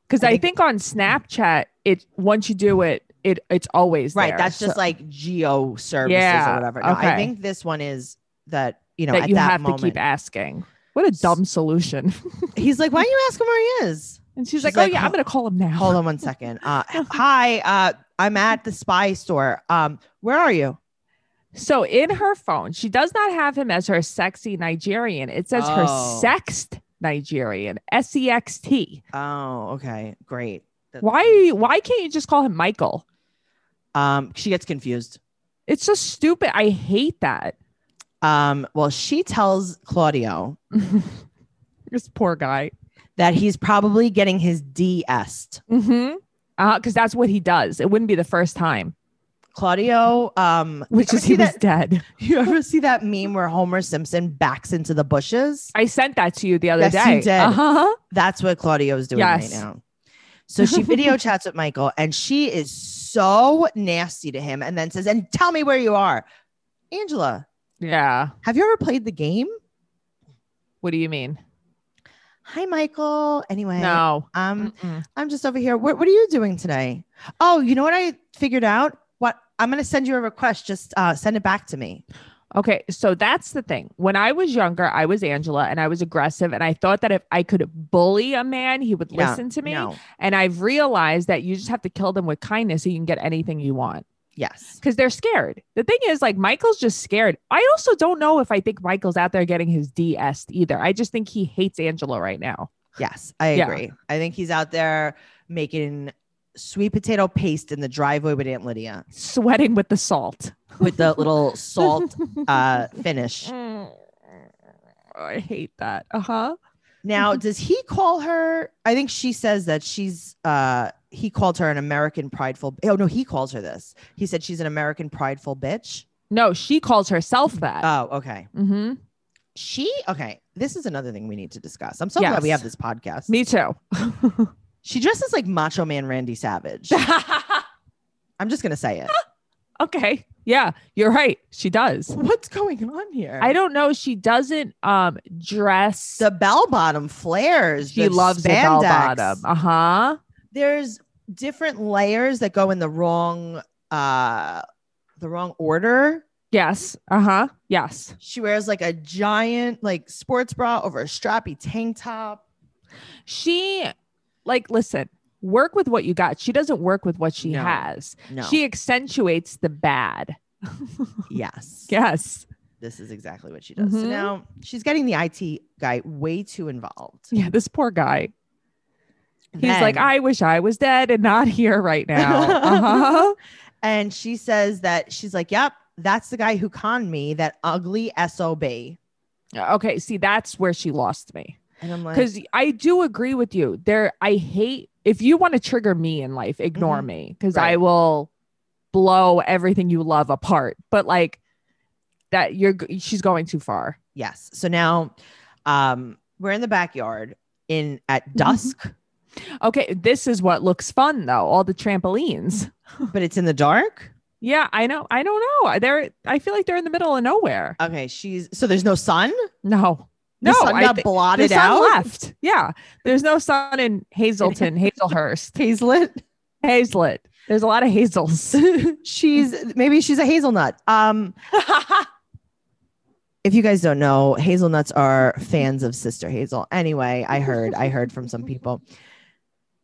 Speaker 3: Cuz
Speaker 2: I
Speaker 3: I,
Speaker 2: think-
Speaker 3: think on Snapchat it once you do it it it's always
Speaker 2: Right.
Speaker 3: there.
Speaker 2: That's just
Speaker 3: So-
Speaker 2: like geo services
Speaker 3: Yeah,
Speaker 2: or whatever. No, I
Speaker 3: okay.
Speaker 2: think this one is that you know
Speaker 3: that
Speaker 2: at
Speaker 3: you
Speaker 2: that
Speaker 3: have
Speaker 2: moment
Speaker 3: to keep asking. What a dumb solution. (laughs)
Speaker 2: he's like, "Why don't you ask him where he is?"
Speaker 3: and she's,
Speaker 2: She's
Speaker 3: like,
Speaker 2: like,
Speaker 3: "Oh yeah, I'm
Speaker 2: "Hold-
Speaker 3: going to call him now."
Speaker 2: Hold on one second. Uh, hi, uh, I'm at the spy store. Um, where are you?
Speaker 3: So in her phone, she does not have him as her sexy Nigerian. It says her
Speaker 2: Oh.
Speaker 3: sexed Nigerian, S E X T.
Speaker 2: Oh, okay, great. That-
Speaker 3: Why are you, why can't you just call him Michael?
Speaker 2: Um, she gets confused.
Speaker 3: It's so stupid. I hate that. (laughs)
Speaker 2: Um, well, she tells Claudio
Speaker 3: this poor guy.
Speaker 2: that he's probably getting his DS.
Speaker 3: Mm-hmm. Uh, because that's what he does. It wouldn't be the first time,
Speaker 2: Claudio, um,
Speaker 3: which
Speaker 2: you
Speaker 3: is
Speaker 2: ever
Speaker 3: he
Speaker 2: see
Speaker 3: was
Speaker 2: that,
Speaker 3: dead.
Speaker 2: you ever see that meme where Homer Simpson backs into the bushes?
Speaker 3: I sent that to you the other
Speaker 2: Yes,
Speaker 3: day.
Speaker 2: you did.
Speaker 3: Uh-huh.
Speaker 2: That's what Claudio's doing
Speaker 3: Yes.
Speaker 2: right now. So
Speaker 3: (laughs)
Speaker 2: she video chats with Michael and she is so nasty to him and then says, And tell me where you are. Angela,
Speaker 3: Yeah.
Speaker 2: have you ever played the game?
Speaker 3: What do you mean?
Speaker 2: Hi, Michael. Anyway,
Speaker 3: No.
Speaker 2: um,
Speaker 3: Mm-mm.
Speaker 2: I'm just over here. What, what are you doing today? Oh, you know what I figured out? What I'm going to send you a request. Just uh, send it back to me.
Speaker 3: Okay, so that's the thing. When I was younger, I was Angela and I was aggressive and I thought that if I could bully a man, he would
Speaker 2: Yeah,
Speaker 3: listen to me.
Speaker 2: No.
Speaker 3: And I've realized that you just have to kill them with kindness so you can get anything you want.
Speaker 2: Yes.
Speaker 3: because they're scared. The thing is, like, Michael's just scared. I also don't know if I think Michael's out there getting his DS either. I just think he hates Angela right now.
Speaker 2: Yes. I
Speaker 3: Yeah.
Speaker 2: agree. I think he's out there making sweet potato paste in the driveway with Aunt Lydia
Speaker 3: Sweating with the salt.
Speaker 2: with the little
Speaker 3: (laughs)
Speaker 2: salt uh, finish.
Speaker 3: Mm. I hate that. Uh huh.
Speaker 2: Now, does he call her? I think she says that she's uh he called her an American prideful. Oh no, he calls her this. He said she's an American prideful bitch.
Speaker 3: No, she calls herself that.
Speaker 2: Oh, okay.
Speaker 3: mm-hmm.
Speaker 2: She okay. This is another thing we need to discuss. I'm so glad we
Speaker 3: Yes.
Speaker 2: have this podcast.
Speaker 3: Me too. (laughs)
Speaker 2: She dresses like Macho Man Randy Savage. I'm just gonna say
Speaker 3: (laughs)
Speaker 2: it.
Speaker 3: okay. Yeah, you're right. She does.
Speaker 2: What's going on here?
Speaker 3: I don't know. She doesn't um dress.
Speaker 2: the bell bottom flares.
Speaker 3: she
Speaker 2: the
Speaker 3: loves the bell
Speaker 2: spandex.
Speaker 3: bottom. Uh huh.
Speaker 2: There's different layers that go in the wrong uh the wrong order.
Speaker 3: Yes. Uh huh. Yes.
Speaker 2: She wears like a giant like sports bra over a strappy tank top.
Speaker 3: she like listen work with what you got she doesn't work with what she
Speaker 2: No,
Speaker 3: has
Speaker 2: No.
Speaker 3: she accentuates the bad
Speaker 2: yes.
Speaker 3: yes
Speaker 2: This is exactly what she does. So
Speaker 3: Mhm.
Speaker 2: now she's getting the IT guy way too involved.
Speaker 3: yeah this poor guy he's like
Speaker 2: Then-
Speaker 3: i wish i was dead and not (laughs) here
Speaker 2: (laughs)
Speaker 3: right now uh-huh.
Speaker 2: and she says that she's like, "Yep, that's the guy who conned me, that ugly SOB." And
Speaker 3: okay see that's where she lost me
Speaker 2: I'm like,
Speaker 3: because i do agree with you there i hate if you want to trigger me in life ignore
Speaker 2: Mhm.
Speaker 3: me because i
Speaker 2: Right.
Speaker 3: will blow everything you love apart but like that you're g- she's going too far
Speaker 2: "Yes." So now um we're in the backyard in at dusk,
Speaker 3: Okay, this is what looks fun though. All the trampolines.
Speaker 2: but it's in the dark.
Speaker 3: Yeah, I know. I don't know. They're. I feel like they're in the middle of nowhere.
Speaker 2: Okay, she's so there's no sun?
Speaker 3: No,
Speaker 2: The
Speaker 3: no.
Speaker 2: sun
Speaker 3: I
Speaker 2: got
Speaker 3: thi-
Speaker 2: blotted
Speaker 3: the sun
Speaker 2: out.
Speaker 3: left. Yeah, there's no sun in
Speaker 2: (laughs)
Speaker 3: Hazelton, Hazelhurst,
Speaker 2: Hazlet.
Speaker 3: Hazlet. There's a lot of
Speaker 2: (laughs)
Speaker 3: hazels.
Speaker 2: she's maybe she's a hazelnut.
Speaker 3: (laughs)
Speaker 2: Um, if you guys don't know, hazelnuts are fans of Sister Hazel. Anyway, I heard I heard from some people.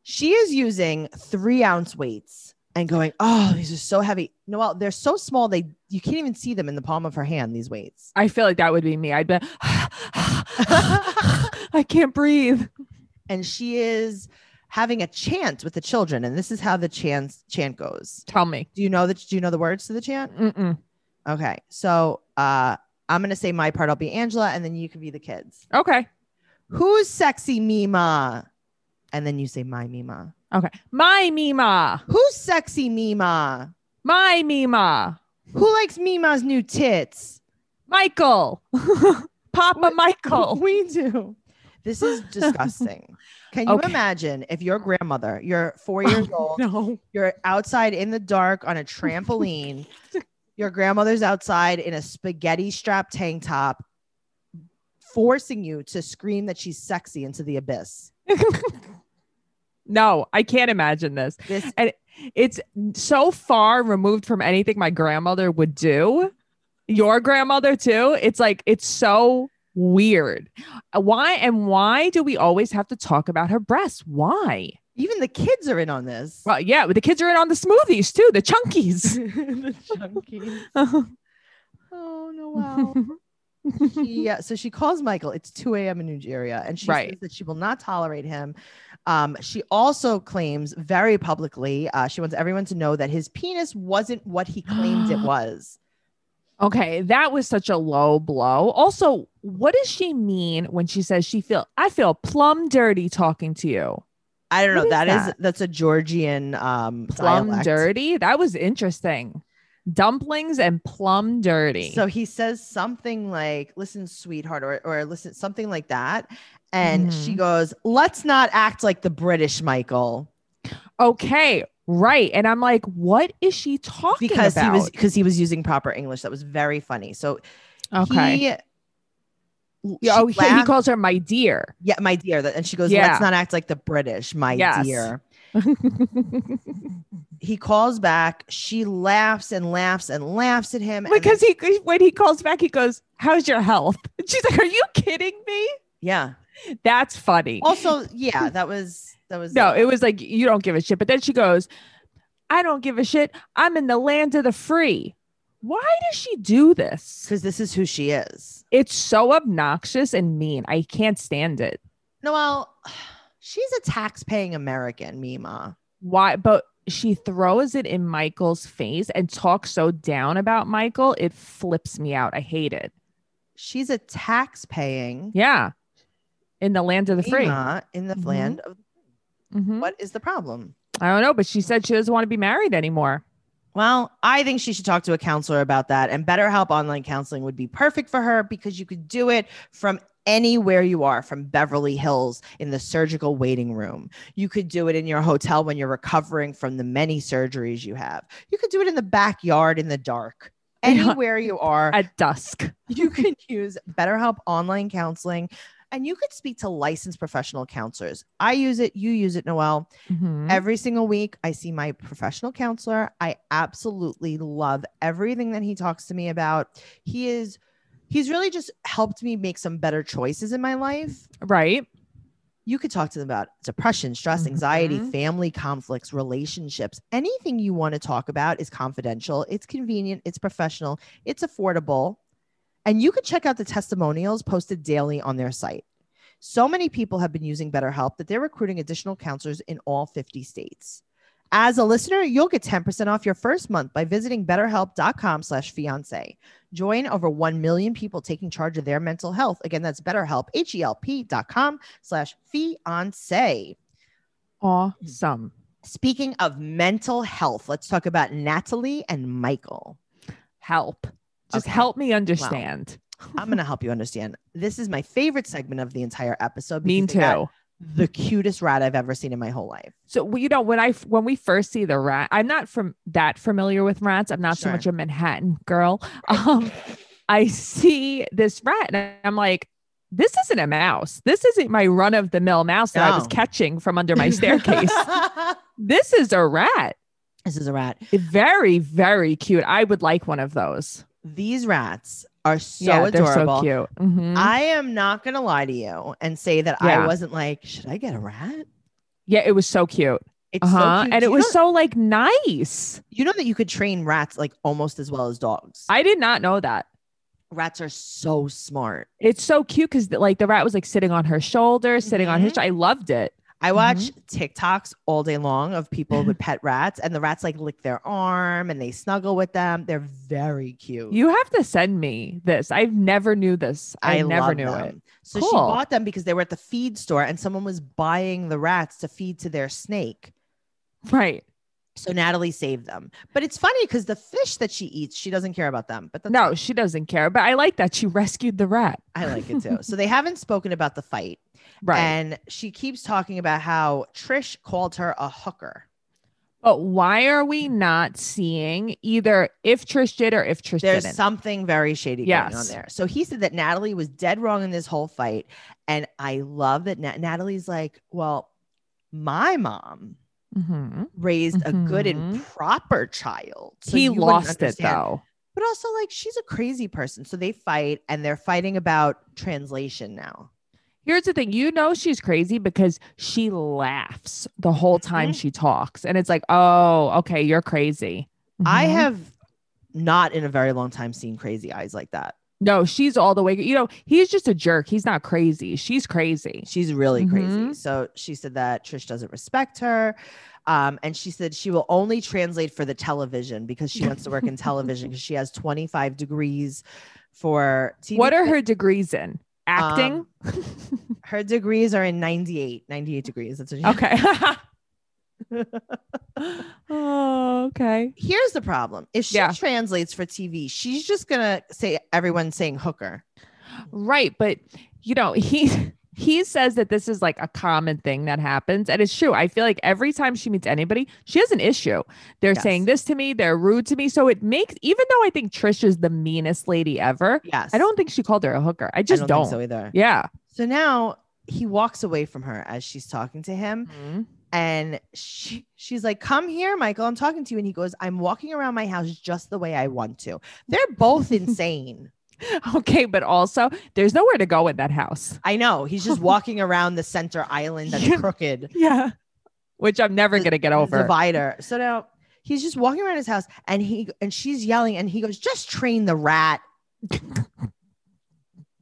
Speaker 2: She is using three ounce weights and going, oh, these are so heavy. Noelle, they're so small they you can't even see them in the palm of her hand. These weights.
Speaker 3: I feel like that would be me. I'd be. (sighs) I can't breathe.
Speaker 2: and she is having a chant with the children, and this is how the chant chant goes.
Speaker 3: Tell me.
Speaker 2: Do you know that? Do you know the words to the chant?
Speaker 3: Mm-mm.
Speaker 2: Okay, so uh, I'm gonna say my part. I'll be Angela, and then you can be the kids.
Speaker 3: Okay.
Speaker 2: Who's sexy Mima? And then you say my Mima.
Speaker 3: Okay. My Mima.
Speaker 2: Who's sexy Mima?
Speaker 3: My Mima.
Speaker 2: Who likes Mima's new tits?
Speaker 3: Michael. (laughs) Papa Michael.
Speaker 2: (laughs) We do. This is disgusting. Can you
Speaker 3: Okay.
Speaker 2: imagine if your grandmother, you're four years old,
Speaker 3: (laughs) No.
Speaker 2: you're outside in the dark on a trampoline, your grandmother's outside in a spaghetti strap tank top, forcing you to scream that she's sexy into the abyss?
Speaker 3: no, I can't imagine this.
Speaker 2: This
Speaker 3: It's so far removed from anything my grandmother would do. Your grandmother too. It's like it's so weird. Uh, Why and why do we always have to talk about her breasts? Why?
Speaker 2: even the kids are in on this.
Speaker 3: Well, yeah, the kids are in on the smoothies too, the chunkies.
Speaker 2: (laughs)
Speaker 3: (laughs)
Speaker 2: the junkies. Oh no! Wow. yeah. So she calls Michael. It's 2 a.m. in Nigeria, and she
Speaker 3: Right.
Speaker 2: says that she will not tolerate him. Um, she also claims very publicly uh, she wants everyone to know that his penis wasn't what he claimed it was.
Speaker 3: okay, that was such a low blow. Also, what does she mean when she says she feel I feel plum dirty talking to you?
Speaker 2: I don't know.
Speaker 3: What is
Speaker 2: that is
Speaker 3: that?
Speaker 2: that's a Georgian um,
Speaker 3: plum
Speaker 2: dialect.
Speaker 3: dirty. That was interesting. Dumplings and plum dirty.
Speaker 2: So he says something like, "Listen, sweetheart," or or listen something like that, and
Speaker 3: Mm-hmm.
Speaker 2: she goes, "Let's not act like the British, Michael."
Speaker 3: okay, right. And I'm like, what is she talking
Speaker 2: because
Speaker 3: about?
Speaker 2: he was because he was using proper English. That was very funny. So
Speaker 3: okay.
Speaker 2: he,
Speaker 3: Yeah,
Speaker 2: she
Speaker 3: oh, he, he
Speaker 2: laughed-
Speaker 3: calls her my
Speaker 2: (laughs)
Speaker 3: dear.
Speaker 2: yeah, my dear. that- And she goes,
Speaker 3: Yeah.
Speaker 2: let's not act like the British, my
Speaker 3: Yes.
Speaker 2: dear. He calls back. She laughs and laughs and laughs at him. and then-
Speaker 3: because he when he calls back, he goes, "How's your health?" (laughs) And she's like, "Are you kidding me?"
Speaker 2: yeah.
Speaker 3: That's funny.
Speaker 2: Also, yeah, that was that was
Speaker 3: no, it was like you don't give a shit. But then she goes, I don't give a shit. I'm in the land of the free. Why does she do this?
Speaker 2: because this is who she is.
Speaker 3: It's so obnoxious and mean. I can't stand it.
Speaker 2: Noelle, she's a tax-paying American, Mima.
Speaker 3: Why? But she throws it in Michael's face and talks so down about Michael. It flips me out. I hate it.
Speaker 2: She's a tax-paying
Speaker 3: Yeah. In the land of the free.
Speaker 2: Mima in the
Speaker 3: Mhm.
Speaker 2: land. Of,
Speaker 3: Mhm.
Speaker 2: what is the problem?
Speaker 3: I don't know, but she said she doesn't want to be married anymore.
Speaker 2: Well, I think she should talk to a counselor about that. And BetterHelp online counseling would be perfect for her because you could do it from anywhere you are, from Beverly Hills in the surgical waiting room. You could do it in your hotel when you're recovering from the many surgeries you have. You could do it in the backyard in the dark.
Speaker 3: Yeah.
Speaker 2: Anywhere (laughs) you are,
Speaker 3: (laughs) At dusk.
Speaker 2: you can use BetterHelp online counseling and you could speak to licensed professional counselors. I use it, you use it, Noelle.
Speaker 3: Mhm.
Speaker 2: Every single week, I see my professional counselor. I absolutely love everything that he talks to me about. He is, he's really just helped me make some better choices in my life.
Speaker 3: Right.
Speaker 2: You could talk to them about depression, stress, anxiety,
Speaker 3: Mhm.
Speaker 2: family conflicts, relationships. Anything you want to talk about is confidential, it's convenient, it's professional, it's affordable. And you could check out the testimonials posted daily on their site. So many people have been using BetterHelp that they're recruiting additional counselors in all 50 states. As a listener, you'll get 10% off your first month by visiting betterhelp.com slash fiance. Join over 1 million people taking charge of their mental health. Again, that's betterhelp, H-E-L-P dot com slash fiance.
Speaker 3: Awesome.
Speaker 2: Speaking of mental health, let's talk about Natalie and Michael.
Speaker 3: Help. Just
Speaker 2: Okay.
Speaker 3: help me understand.
Speaker 2: I'm going to help you understand. This is my favorite segment of the entire episode. because
Speaker 3: Mean
Speaker 2: they got
Speaker 3: too.
Speaker 2: The cutest rat I've ever seen in my whole life.
Speaker 3: So well, you know when I f- when we first see the rat, I'm not from that familiar with rats. I'm not
Speaker 2: Sure.
Speaker 3: so much a Manhattan
Speaker 2: (laughs)
Speaker 3: girl. Um, I see this rat and I'm like, this isn't a mouse. This isn't my run of the mill mouse that I was
Speaker 2: No.
Speaker 3: catching from under
Speaker 2: (laughs)
Speaker 3: my staircase. this is a rat.
Speaker 2: this is a rat.
Speaker 3: Very very cute. I would like one of those.
Speaker 2: These rats are so
Speaker 3: yeah,
Speaker 2: adorable.
Speaker 3: they're so cute. Mhm.
Speaker 2: I am not going to lie to you and say that I
Speaker 3: Yeah.
Speaker 2: wasn't like, should I get a rat?
Speaker 3: yeah, it was so cute.
Speaker 2: It's
Speaker 3: Uh huh.
Speaker 2: so cute.
Speaker 3: and
Speaker 2: Do
Speaker 3: it
Speaker 2: you
Speaker 3: was
Speaker 2: know-
Speaker 3: so like nice.
Speaker 2: you know that you could train rats like almost as well as dogs.
Speaker 3: I did not know that.
Speaker 2: rats are so smart.
Speaker 3: It's so cute because like the rat was like sitting on her shoulder, sitting on his.
Speaker 2: Mm-hmm.
Speaker 3: sh- I loved it.
Speaker 2: I watch TikToks all day long of people with pet rats, and the rats like lick their arm and they snuggle with them. They're very cute.
Speaker 3: You have to send me this. I've never knew this. I, never
Speaker 2: love
Speaker 3: knew it.
Speaker 2: them. So she
Speaker 3: Cool.
Speaker 2: bought them because they were at the feed store, and someone was buying the rats to feed to their snake.
Speaker 3: Right.
Speaker 2: So Natalie saved them. But it's funny because the fish that she eats, she doesn't care about them. But that's
Speaker 3: No, she doesn't care. But I like that she rescued the rat.
Speaker 2: I like it too. So they haven't spoken about the fight.
Speaker 3: (laughs) Right.
Speaker 2: And she keeps talking about how Trish called her a hooker.
Speaker 3: but why are we not seeing either if Trish did or if Trish
Speaker 2: There's
Speaker 3: didn't?
Speaker 2: something very shady going on
Speaker 3: Yes.
Speaker 2: there. So he said that Natalie was dead wrong in this whole fight. And I love that Nat- Natalie's like, well, my mom
Speaker 3: Mhm.
Speaker 2: raised a good and
Speaker 3: Mhm.
Speaker 2: proper child. So
Speaker 3: he
Speaker 2: you wouldn't
Speaker 3: lost it
Speaker 2: understand.
Speaker 3: though.
Speaker 2: But also, like, she's a crazy person. So they fight and they're fighting about translation now.
Speaker 3: Here's the thing you know, she's crazy because she laughs the whole
Speaker 2: Mm-hmm.
Speaker 3: time she talks. And it's like, oh, okay, you're crazy.
Speaker 2: I
Speaker 3: Mhm.
Speaker 2: have not in a very long time seen crazy eyes like that.
Speaker 3: no, she's all the way. You know, he's just a jerk. He's not crazy. She's crazy.
Speaker 2: She's really crazy.
Speaker 3: Mhm.
Speaker 2: So she said that Trish doesn't respect her. Um, and she said she will only translate for the television because she wants to work in
Speaker 3: (laughs)
Speaker 2: television because she has 25 degrees for TV.
Speaker 3: What are her degrees in? Acting?
Speaker 2: Um, (laughs) Her degrees are in 98, 98 degrees. That's what (laughs) she
Speaker 3: Okay. (laughs) oh, okay.
Speaker 2: Here's the problem. If she
Speaker 3: Yeah.
Speaker 2: translates for TV, she's just gonna say everyone's saying hooker.
Speaker 3: Right, but you know, (laughs) he he says that this is like a common thing that happens and it's true. I feel like every time she meets anybody, she has an issue. They're
Speaker 2: Yes.
Speaker 3: saying this to me, they're rude to me, so it makes even though I think Trish is the meanest lady ever,
Speaker 2: Yes.
Speaker 3: I don't think she called her a hooker. I just
Speaker 2: I
Speaker 3: don't.
Speaker 2: think so either.
Speaker 3: Yeah.
Speaker 2: So now he walks away from her as she's talking to him. And she, she's like, Come here, Michael. I'm talking to you. And he goes, I'm walking around my house just the way I want to. They're
Speaker 3: (laughs)
Speaker 2: both insane.
Speaker 3: (laughs) Okay, but also there's nowhere to go in that house.
Speaker 2: I know. He's
Speaker 3: (laughs)
Speaker 2: just walking around the center island that's
Speaker 3: Yeah.
Speaker 2: crooked,
Speaker 3: Yeah. Which I'm never
Speaker 2: The-
Speaker 3: going to get
Speaker 2: the
Speaker 3: over.
Speaker 2: divider. So now He's just walking around his house and he and she's yelling and he goes, just train the rat.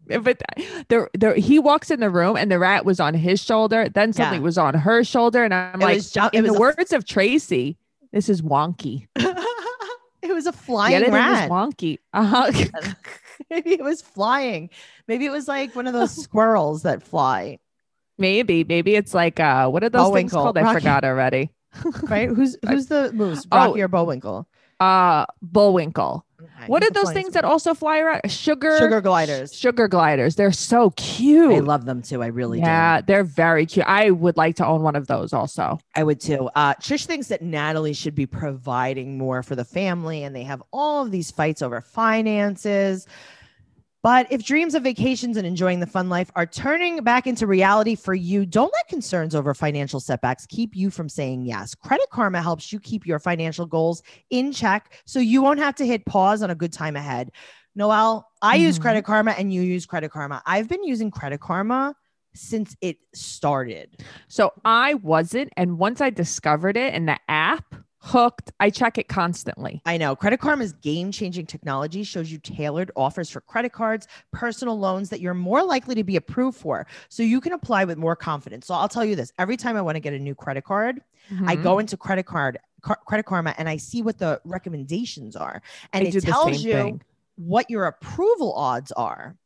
Speaker 3: But the, the, he walks in the room and the rat was on his shoulder. Then something
Speaker 2: Yeah.
Speaker 3: was on her shoulder. And I'm
Speaker 2: it
Speaker 3: like,
Speaker 2: was ju- it
Speaker 3: in
Speaker 2: was
Speaker 3: the
Speaker 2: a-
Speaker 3: words of Tracy, this is wonky.
Speaker 2: (laughs) it was a
Speaker 3: The
Speaker 2: flying
Speaker 3: editing is
Speaker 2: rat.
Speaker 3: wonky. Uh-huh.
Speaker 2: (laughs)
Speaker 3: (laughs)
Speaker 2: Maybe it was flying. Maybe it was like one of
Speaker 3: (laughs)
Speaker 2: those squirrels that fly,
Speaker 3: Maybe, maybe it's like uh, what are those things
Speaker 2: Bullwinkle.
Speaker 3: called? I
Speaker 2: Rocky-
Speaker 3: forgot already.
Speaker 2: right?
Speaker 3: (laughs)
Speaker 2: Who's who's the moose?
Speaker 3: Oh.
Speaker 2: Rocky or Bullwinkle?
Speaker 3: Uh, Bullwinkle.
Speaker 2: Okay,
Speaker 3: What
Speaker 2: he's
Speaker 3: are
Speaker 2: a
Speaker 3: those
Speaker 2: flying
Speaker 3: things that also fly around? Sugar,
Speaker 2: squirrel. sugar gliders?
Speaker 3: sugar gliders. They're so cute.
Speaker 2: I love them too. I really do.
Speaker 3: yeah, they're very cute. I would like to own one of those also.
Speaker 2: I would too. Uh, Trish thinks that Natalie should be providing more for the family, and they have all of these fights over finances. But if dreams of vacations and enjoying the fun life are turning back into reality for you, don't let concerns over financial setbacks keep you from saying yes. Credit Karma helps you keep your financial goals in check so you won't have to hit pause on a good time ahead. Noelle, I use
Speaker 3: Mhm.
Speaker 2: Credit Karma and you use Credit Karma. I've been using Credit Karma since it started.
Speaker 3: So I wasn't, and once I discovered it in the app, hooked. I check it constantly.
Speaker 2: I know. Credit Karma's game changing technology shows you tailored offers for credit cards, personal loans that you're more likely to be approved for. So you can apply with more confidence. So I'll tell you this every time I want to get a new credit card, I
Speaker 3: Mhm.
Speaker 2: go into credit card, Car- credit karma, and I see what the recommendations are. And
Speaker 3: I
Speaker 2: it
Speaker 3: do the
Speaker 2: tells
Speaker 3: same
Speaker 2: you
Speaker 3: thing.
Speaker 2: what your approval odds are.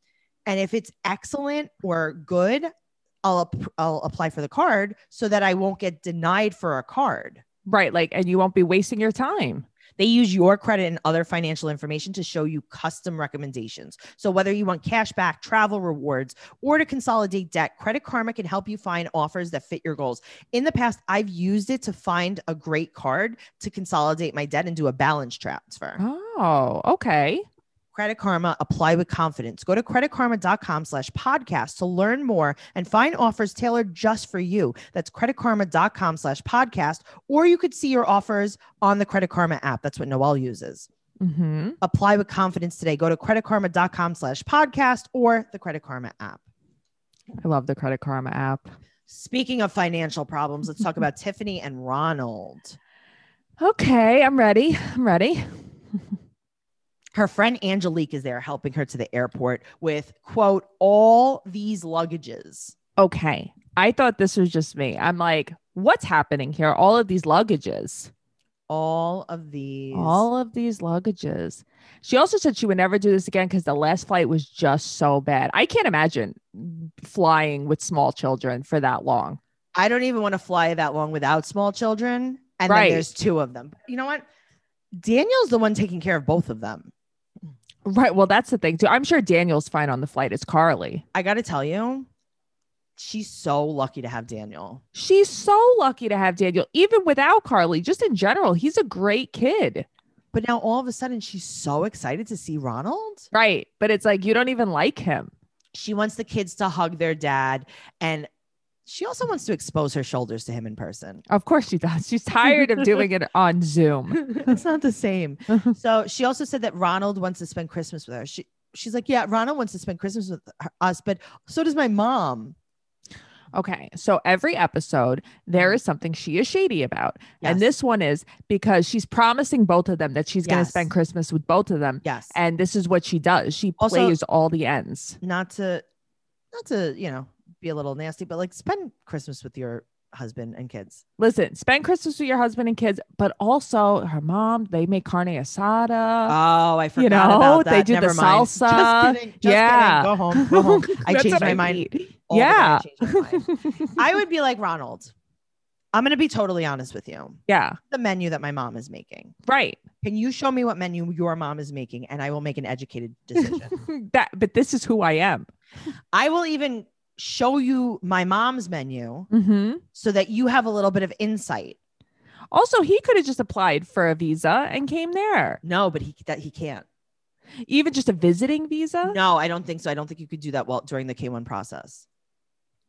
Speaker 2: And if it's excellent or good, I'll, ap- I'll apply for the card so that I won't get denied for a card.
Speaker 3: right, like, and you won't be wasting your time.
Speaker 2: They use your credit and other financial information to show you custom recommendations. So, whether you want cash back, travel rewards, or to consolidate debt, Credit Karma can help you find offers that fit your goals. In the past, I've used it to find a great card to consolidate my debt and do a balance transfer.
Speaker 3: Oh, okay.
Speaker 2: Credit Karma, apply with confidence. Go to creditkarma.com slash podcast to learn more and find offers tailored just for you. That's creditkarma.com slash podcast. Or you could see your offers on the Credit Karma app. That's what Noel uses
Speaker 3: Mm-hmm.
Speaker 2: apply with confidence today go to creditkarma.com slash podcast or the credit karma app
Speaker 3: I love the Credit Karma app.
Speaker 2: speaking of financial problems let's
Speaker 3: (laughs)
Speaker 2: talk about tiffany and ronald
Speaker 3: Okay, I'm ready. (laughs) I'm ready.
Speaker 2: her friend angelique is there helping her to the airport with quote all these luggages
Speaker 3: Okay. I thought this was just me. I'm like, what's happening here? All of these luggages.
Speaker 2: all of these
Speaker 3: All of these luggages. She also said she would never do this again because the last flight was just so bad. I can't imagine flying with small children for that long.
Speaker 2: i don't even want to fly that long without small children and
Speaker 3: Right.
Speaker 2: then there's two of them you know what daniel's the one taking care of both of them
Speaker 3: Right. Well, that's the thing, too. I'm sure Daniel's fine on the flight. It's Carly.
Speaker 2: i gotta tell you she's so lucky to have daniel
Speaker 3: She's so lucky to have Daniel, even without Carly, just in general. He's a great kid.
Speaker 2: But now all of a sudden she's so excited to see Ronald.
Speaker 3: Right. But it's like, you don't even like him.
Speaker 2: She wants the kids to hug their dad and she also wants to expose her shoulders to him in
Speaker 3: (laughs)
Speaker 2: person.
Speaker 3: Of course she does. She's tired of doing it on Zoom.
Speaker 2: (laughs) it's not the same. (laughs) so she also said that Ronald wants to spend Christmas with her. She she's like, "Yeah, Ronald wants to spend Christmas with her- us, but so does my mom."
Speaker 3: Okay. So every episode, there is something she is shady about.
Speaker 2: Yes.
Speaker 3: And this one is because she's promising both of them that she's going to
Speaker 2: Yes.
Speaker 3: spend Christmas with both of them.
Speaker 2: Yes.
Speaker 3: And this is what she does. She
Speaker 2: Also-
Speaker 3: plays all the ends.
Speaker 2: not to not to, you know, be a little nasty, but like spend Christmas with your husband and kids.
Speaker 3: Listen, spend Christmas with your husband and kids, but also her mom, they make carne asada.
Speaker 2: Oh, I forgot
Speaker 3: Uh, know,
Speaker 2: about that.
Speaker 3: they do the
Speaker 2: Never mind.
Speaker 3: salsa.
Speaker 2: (laughs) Just kidding. Just
Speaker 3: Yeah.
Speaker 2: kidding. Go home. Um, Go
Speaker 3: (laughs)
Speaker 2: home. I
Speaker 3: That's
Speaker 2: changed
Speaker 3: what
Speaker 2: my mind.
Speaker 3: eat.
Speaker 2: all the time
Speaker 3: Yeah.
Speaker 2: I change my mind. I would be like Ronald. I'm going to be totally honest with you.
Speaker 3: yeah.
Speaker 2: The menu that my mom is making.
Speaker 3: Right. (laughs)
Speaker 2: Can you show me what menu your mom is making and I will make an educated
Speaker 3: (laughs)
Speaker 2: decision.
Speaker 3: that, but this is who I am.
Speaker 2: I will even show you my mom's menu
Speaker 3: Mm-hmm.
Speaker 2: so that you have a little bit of insight.
Speaker 3: Also, he could have just applied for a visa and came there,
Speaker 2: No, but he that he can't.
Speaker 3: even just a visiting visa.
Speaker 2: No, I don't think so. I don't think you could do that well during the K1 process.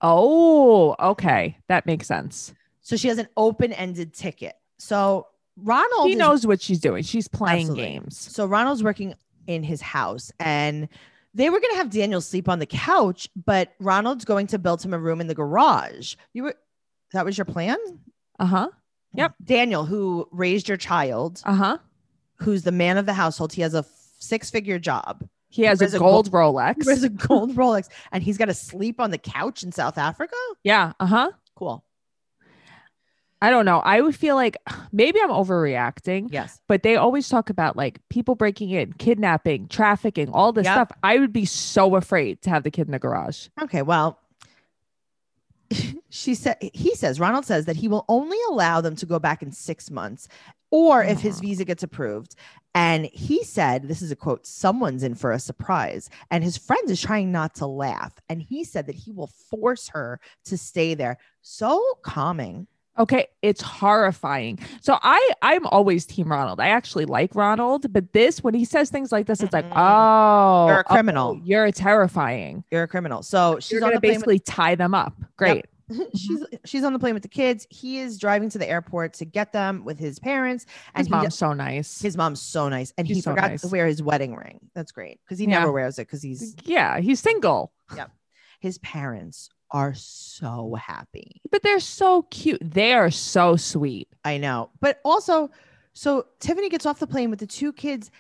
Speaker 3: Oh, okay. That makes sense.
Speaker 2: So she has an open-ended ticket. So Ronald
Speaker 3: She
Speaker 2: is
Speaker 3: knows what she's doing. She's playing
Speaker 2: Absolutely.
Speaker 3: games.
Speaker 2: So Ronald's working in his house and they were going to have Daniel sleep on the couch, but Ronald's going to build him a room in the garage. You were that was your plan?
Speaker 3: Uh huh. Yep.
Speaker 2: Daniel, who raised your child,
Speaker 3: Uh huh.
Speaker 2: who's the man of the household, he has a six figure job.
Speaker 3: He has
Speaker 2: Wears
Speaker 3: a
Speaker 2: a
Speaker 3: gold
Speaker 2: He
Speaker 3: Rolex.
Speaker 2: wears a (laughs) gold Rolex and he's got to sleep on the couch in South Africa.
Speaker 3: yeah. Uh huh.
Speaker 2: Cool.
Speaker 3: I don't know. I would feel like (sighs) maybe I'm overreacting,
Speaker 2: Yes.
Speaker 3: but they always talk about like people breaking in, kidnapping, trafficking, all this
Speaker 2: Yep.
Speaker 3: stuff. I would be so afraid to have the kid in the garage.
Speaker 2: Okay. Well, (laughs) she said, he says, Ronald says that he will only allow them to go back in six months or if his
Speaker 3: Aw.
Speaker 2: visa gets approved. And he said, this is a quote, someone's in for a surprise. And his friend is trying not to laugh. And he said that he will force her to stay there. So calming.
Speaker 3: Okay, it's horrifying. So I I'm always team Ronald. I actually like Ronald, but this when he says things like this, it's like,
Speaker 2: Mm-mm.
Speaker 3: oh,
Speaker 2: Mm-hmm. You're a
Speaker 3: oh,
Speaker 2: criminal.
Speaker 3: you're terrifying.
Speaker 2: You're a criminal. So she's
Speaker 3: you're
Speaker 2: on the
Speaker 3: gonna
Speaker 2: plane with-
Speaker 3: basically tie them up. Great.
Speaker 2: (laughs) she's she's on the plane with the kids. He is driving to the airport to get them with his parents, and
Speaker 3: His
Speaker 2: he,
Speaker 3: mom's so nice.
Speaker 2: his mom's so nice, and he
Speaker 3: She's so
Speaker 2: forgot to
Speaker 3: nice.
Speaker 2: wear his wedding ring. That's great because he
Speaker 3: Yeah.
Speaker 2: never wears it because he's
Speaker 3: yeah, he's single,
Speaker 2: his parents are so happy.
Speaker 3: but they're so cute. They are so sweet.
Speaker 2: I know, but also, so Tiffany gets off the plane with the two kids.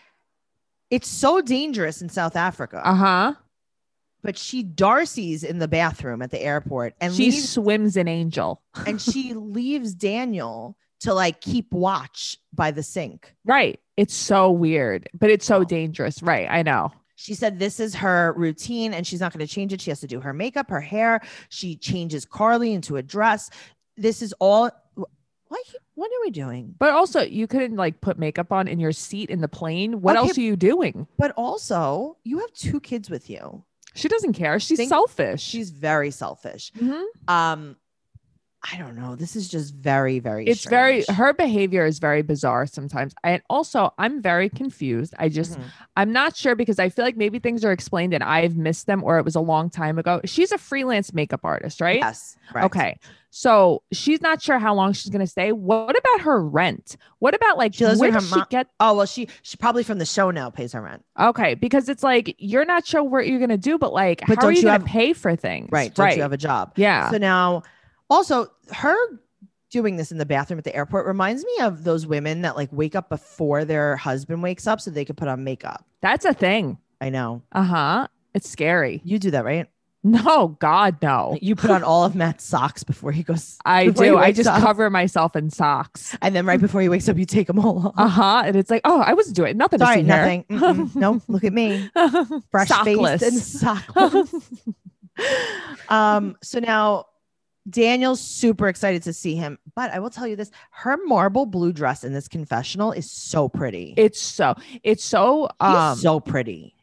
Speaker 2: It's so dangerous in South Africa,
Speaker 3: Uh huh.
Speaker 2: but she Darcy's in the bathroom at the airport and
Speaker 3: She
Speaker 2: leaves
Speaker 3: swims an angel.
Speaker 2: and she leaves Daniel to like keep watch by the sink.
Speaker 3: Right. It's so weird, but it's so
Speaker 2: Oh.
Speaker 3: dangerous. Right. I know.
Speaker 2: She said this is her routine and she's not going to change it. She has to do her makeup, her hair. She changes Carly into a dress. This is all. What, what are we doing?
Speaker 3: But also, you couldn't like put makeup on in your seat in the plane. What
Speaker 2: Okay.
Speaker 3: else are you doing?
Speaker 2: But also, you have two kids with you.
Speaker 3: She doesn't care. She's
Speaker 2: Think-
Speaker 3: selfish.
Speaker 2: She's very selfish.
Speaker 3: Mhm.
Speaker 2: Um, I don't know. This is just very, very.
Speaker 3: It's very
Speaker 2: strange.
Speaker 3: her behavior is very bizarre sometimes. And also, I'm very confused. I just
Speaker 2: Mhm.
Speaker 3: I'm not sure because I feel like maybe things are explained and I've missed them or it was a long time ago. She's a freelance makeup artist, right?
Speaker 2: Yes. correct.
Speaker 3: Okay. So she's not sure how long she's going to stay. What about her rent? What about like
Speaker 2: She lives
Speaker 3: where
Speaker 2: with her
Speaker 3: does
Speaker 2: mom-
Speaker 3: she get?
Speaker 2: Oh well, she she probably from the show now pays her rent.
Speaker 3: Okay, because it's like you're not sure what you're going to do, but like
Speaker 2: But
Speaker 3: how
Speaker 2: don't
Speaker 3: are you,
Speaker 2: you
Speaker 3: going
Speaker 2: have-
Speaker 3: to pay for things?
Speaker 2: Right. Don't
Speaker 3: right.
Speaker 2: you have a job?
Speaker 3: yeah.
Speaker 2: So now, also her doing this in the bathroom at the airport reminds me of those women that like wake up before their husband wakes up so they could put on makeup.
Speaker 3: That's a thing.
Speaker 2: I know
Speaker 3: Uh-huh. It's scary.
Speaker 2: you do that, right?
Speaker 3: No, god no.
Speaker 2: You put on all of Matt's socks before he goes,
Speaker 3: Oh. (laughs) I
Speaker 2: before he
Speaker 3: do. I
Speaker 2: wakes
Speaker 3: just
Speaker 2: up.
Speaker 3: cover myself in socks.
Speaker 2: and then right before he wakes up, you take them all off.
Speaker 3: Uh (laughs) huh. And it's like, oh, I wasn't doing nothing.
Speaker 2: Sorry,
Speaker 3: to see
Speaker 2: nothing. Mm-mm. nope. Look at me,
Speaker 3: Her.
Speaker 2: fresh faced and
Speaker 3: Sockless.
Speaker 2: (laughs) sockless. um. So now. Daniel's super excited to see him, but I will tell you this: her marble blue dress in this confessional is so pretty.
Speaker 3: (laughs) it's so. It's so.
Speaker 2: She's
Speaker 3: Um.
Speaker 2: so pretty.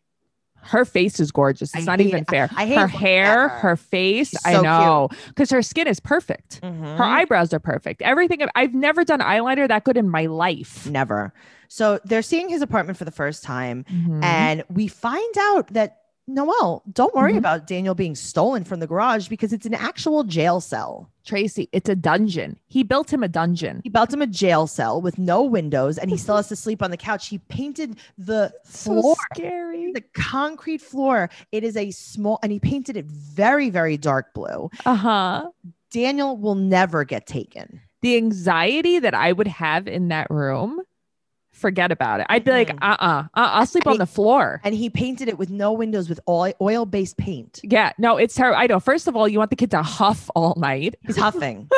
Speaker 3: her face is gorgeous.
Speaker 2: I
Speaker 3: It's not
Speaker 2: hate-
Speaker 3: even fair.
Speaker 2: I hate
Speaker 3: her
Speaker 2: looking at
Speaker 3: hair,
Speaker 2: her.
Speaker 3: her, face.
Speaker 2: She's so
Speaker 3: I
Speaker 2: cute. Mm-hmm.
Speaker 3: know because her skin is perfect. Her eyebrows are perfect. Everything. I've never done eyeliner that good in my life.
Speaker 2: Never. So they're seeing his apartment for the first time,
Speaker 3: Mhm.
Speaker 2: and we find out that Noel, don't worry
Speaker 3: Mhm.
Speaker 2: about Daniel being stolen from the garage because it's an actual jail cell.
Speaker 3: Tracy, it's a dungeon. He built him a dungeon.
Speaker 2: He built him a jail cell with no windows, and he still has to sleep on the couch. He painted the floor.
Speaker 3: So scary.
Speaker 2: the concrete floor it is a small and he painted it very very dark blue
Speaker 3: Uh huh.
Speaker 2: daniel will never get taken
Speaker 3: the anxiety that I would have in that room, forget about it. I'd be like,
Speaker 2: Mhm.
Speaker 3: uh uh-uh, uh, I'll sleep
Speaker 2: I-
Speaker 3: on the floor.
Speaker 2: and he painted it with no windows with oil based paint
Speaker 3: yeah, no, it's terrible. I know. First of all, you want the kid to huff all night. (laughs)
Speaker 2: He's huffing.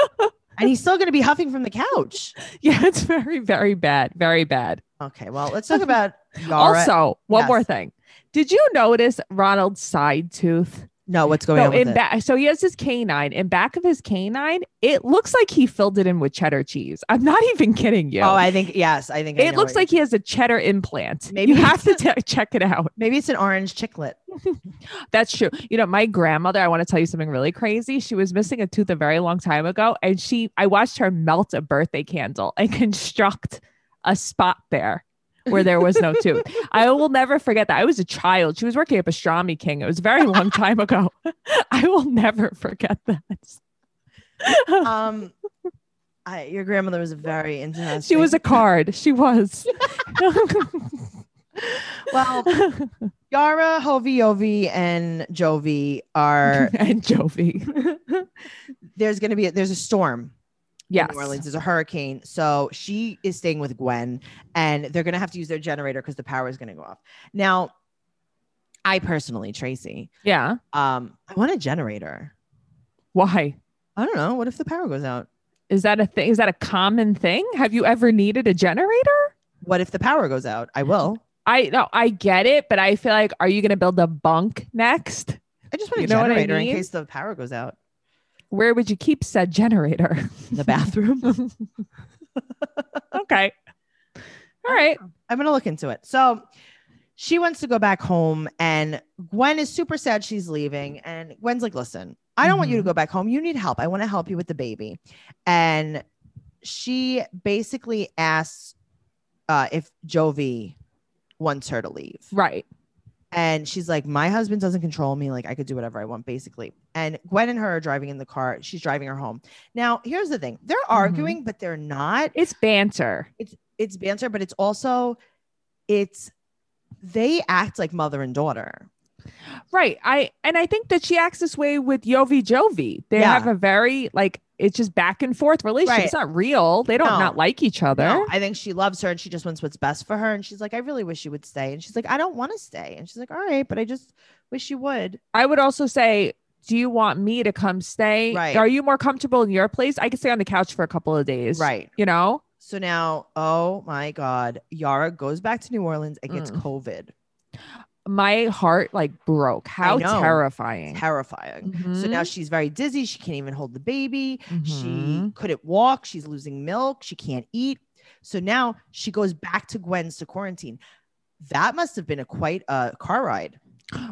Speaker 2: and he's still going to be huffing from the couch.
Speaker 3: Yeah, it's very, very bad. Very bad.
Speaker 2: Okay, well, let's talk
Speaker 3: (laughs)
Speaker 2: about Yara.
Speaker 3: Also, one more
Speaker 2: Yes.
Speaker 3: thing. Did you notice Ronald's side tooth?
Speaker 2: no, what's going
Speaker 3: So
Speaker 2: on with
Speaker 3: in
Speaker 2: it?
Speaker 3: back, so he has his canine. In back of his canine, it looks like he filled it in with cheddar cheese. I'm not (laughs) even kidding you.
Speaker 2: oh, I think yes, I think I
Speaker 3: it
Speaker 2: know
Speaker 3: looks
Speaker 2: what-
Speaker 3: like he has a cheddar implant.
Speaker 2: Maybe
Speaker 3: Maybe you
Speaker 2: it's-
Speaker 3: have to te- check it out.
Speaker 2: maybe it's an orange
Speaker 3: (laughs)
Speaker 2: chiclet.
Speaker 3: That's true. You know, my grandmother, I want to tell you something really crazy. She was missing a tooth a very long time ago, and she I watched her melt a birthday candle and (laughs) construct a spot there where there was no tooth. I will never forget that. I was a child. She was working at Pastrami King. It was a very long time ago. (laughs) I will never forget that.
Speaker 2: Um I, your grandmother was very interesting.
Speaker 3: she was a card. She was.
Speaker 2: well, Yara, Hovi, Ovi, and Jovi are
Speaker 3: (laughs) and Jovi.
Speaker 2: there's going to be a, there's a storm
Speaker 3: Yes.
Speaker 2: New Orleans is a hurricane. So she is staying with Gwen and they're going to have to use their generator because the power is going to go off. Now, I personally, Tracy,
Speaker 3: Yeah.
Speaker 2: um, I want a generator.
Speaker 3: Why?
Speaker 2: I don't know. What if the power goes out?
Speaker 3: Is that a thing? Is that a common thing? Have you ever needed a generator?
Speaker 2: What if the power goes out?
Speaker 3: (laughs)
Speaker 2: I will.
Speaker 3: I no, I get it, but I feel like are you going to build a bunk next?
Speaker 2: I just want a
Speaker 3: You know what I
Speaker 2: generator
Speaker 3: mean?
Speaker 2: in case the power goes out.
Speaker 3: Where would you keep said generator? (laughs)
Speaker 2: In the bathroom.
Speaker 3: okay. All right.
Speaker 2: I'm gonna look into it. So she wants to go back home, and Gwen is super sad she's leaving. And Gwen's like, "Listen, I don't want you to
Speaker 3: Mhm.
Speaker 2: go back home. You need help. I want to help you with the baby." And she basically asks uh, if Jovi wants her to leave,
Speaker 3: Right.
Speaker 2: and she's like, "My husband doesn't control me. Like I could do whatever I want, basically." And Gwen and her are driving in the car. She's driving her home. Now, here's the thing: they're arguing, but they're not
Speaker 3: It's banter.
Speaker 2: it's banter, but it's also it's they act like mother and daughter.
Speaker 3: Right. I and I think that she acts this way with Yovi Jovi. They
Speaker 2: Yeah.
Speaker 3: have a very like it's just back and forth relationship.
Speaker 2: Right.
Speaker 3: It's not real. They don't
Speaker 2: No.
Speaker 3: not like each other.
Speaker 2: No, I think she loves her and she just wants what's best for her. And she's like, I really wish you would stay. And she's like, I don't want to stay. And she's like, All right, but I just wish you would.
Speaker 3: I would also say, do you want me to come stay?
Speaker 2: Right.
Speaker 3: Are you more comfortable in your place? I could stay on the couch for a couple of days.
Speaker 2: Right.
Speaker 3: You know?
Speaker 2: So now, oh my God, Yara goes back to New Orleans and gets
Speaker 3: Mm.
Speaker 2: COVID.
Speaker 3: My heart like broke. How
Speaker 2: know.
Speaker 3: terrifying.
Speaker 2: Terrifying. So now
Speaker 3: Mhm.
Speaker 2: she's very dizzy. She can't even hold the baby.
Speaker 3: Mhm.
Speaker 2: She couldn't walk. She's losing milk. She can't eat. So now she goes back to Gwen's to quarantine. That must have been a quite a car ride.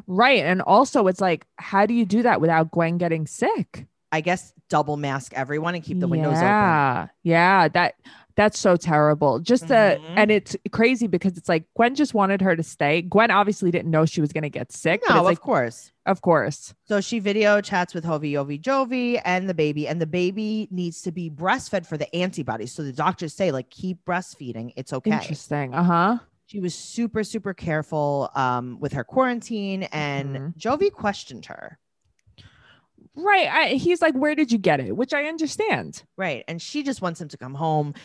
Speaker 3: right. And also it's like, how do you do that without Gwen getting sick?
Speaker 2: I guess double mask everyone and keep the windows open.
Speaker 3: yeah. Yeah. That that's so terrible. Just the
Speaker 2: Mhm.
Speaker 3: and it's crazy because it's like Gwen just wanted her to stay. Gwen obviously didn't know she was gonna get sick. but
Speaker 2: No,
Speaker 3: it's
Speaker 2: of
Speaker 3: like,
Speaker 2: course.
Speaker 3: of course.
Speaker 2: So she video chats with Hovi Yovi Jovi and the baby, and the baby needs to be breastfed for the antibodies. So the doctors say, like, keep breastfeeding. It's okay.
Speaker 3: Interesting. Uh-huh.
Speaker 2: She was super, super careful um, with her quarantine, and
Speaker 3: Mhm.
Speaker 2: Jovi questioned her.
Speaker 3: Right. I, he's like, where did you get it? Which I understand.
Speaker 2: Right. And she just wants him to come home.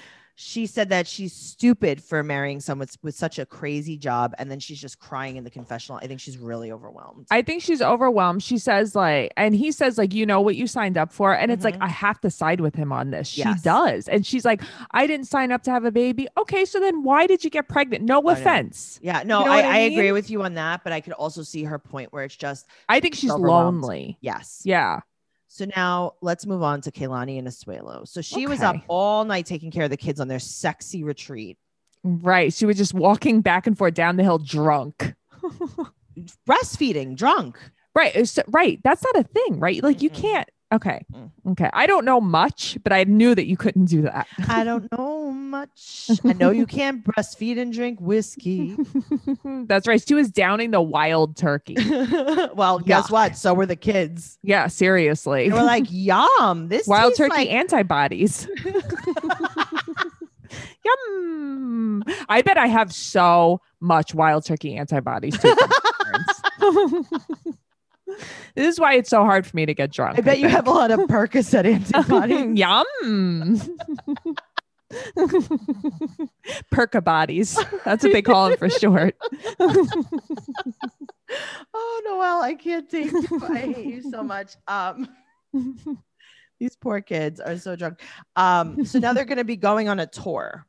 Speaker 2: She said that she's stupid for marrying someone with, with such a crazy job. And then she's just crying in the confessional. I think she's really overwhelmed.
Speaker 3: I think she's overwhelmed. She says like, and he says like, you know what you signed up for, and it's
Speaker 2: Mhm.
Speaker 3: like I have to side with him on this.
Speaker 2: Yes.
Speaker 3: She does, and she's like, I didn't sign up to have a baby. Okay, so then why did you get pregnant? No
Speaker 2: know.
Speaker 3: offense.
Speaker 2: yeah. No,
Speaker 3: You know
Speaker 2: I,
Speaker 3: what
Speaker 2: I,
Speaker 3: I
Speaker 2: agree
Speaker 3: mean?
Speaker 2: with you on that. But I could also see her point where it's just,
Speaker 3: I, think she's
Speaker 2: Overwhelmed.
Speaker 3: lonely.
Speaker 2: yes.
Speaker 3: Yeah.
Speaker 2: So now let's move on to Kaylani and Asuelo. So she was up
Speaker 3: Okay.
Speaker 2: all night taking care of the kids on their sexy retreat.
Speaker 3: Right. She was just walking back and forth down the hill drunk.
Speaker 2: Breastfeeding, drunk.
Speaker 3: Right. it's- right. That's not a thing, right? Like you
Speaker 2: Mm-mm.
Speaker 3: can't. Okay.
Speaker 2: Mm.
Speaker 3: Okay. I don't know much, but I knew that you couldn't do that. (laughs)
Speaker 2: I don't know much. I know you can't breastfeed and drink
Speaker 3: (laughs)
Speaker 2: whiskey.
Speaker 3: That's right. She was downing the
Speaker 2: (laughs)
Speaker 3: wild turkey.
Speaker 2: well, guess
Speaker 3: Yuck.
Speaker 2: what? So were the kids.
Speaker 3: Yeah, seriously.
Speaker 2: They were like, yum, this
Speaker 3: wild
Speaker 2: tastes
Speaker 3: turkey
Speaker 2: like- (laughs)
Speaker 3: antibodies. Yum. I bet I have so much wild turkey antibodies. Too from my
Speaker 2: (laughs)
Speaker 3: parents. this is why it's so hard for me to get drunk.
Speaker 2: I bet you have a
Speaker 3: (laughs)
Speaker 2: lot of Percocet antibodies.
Speaker 3: Yum.
Speaker 2: (laughs)
Speaker 3: Perca bodies. That's what they call them for short.
Speaker 2: oh, Noelle, I can't take you. I hate you so (laughs) much. Um, these poor kids are so drunk. Um, so now they're going to be going on a tour.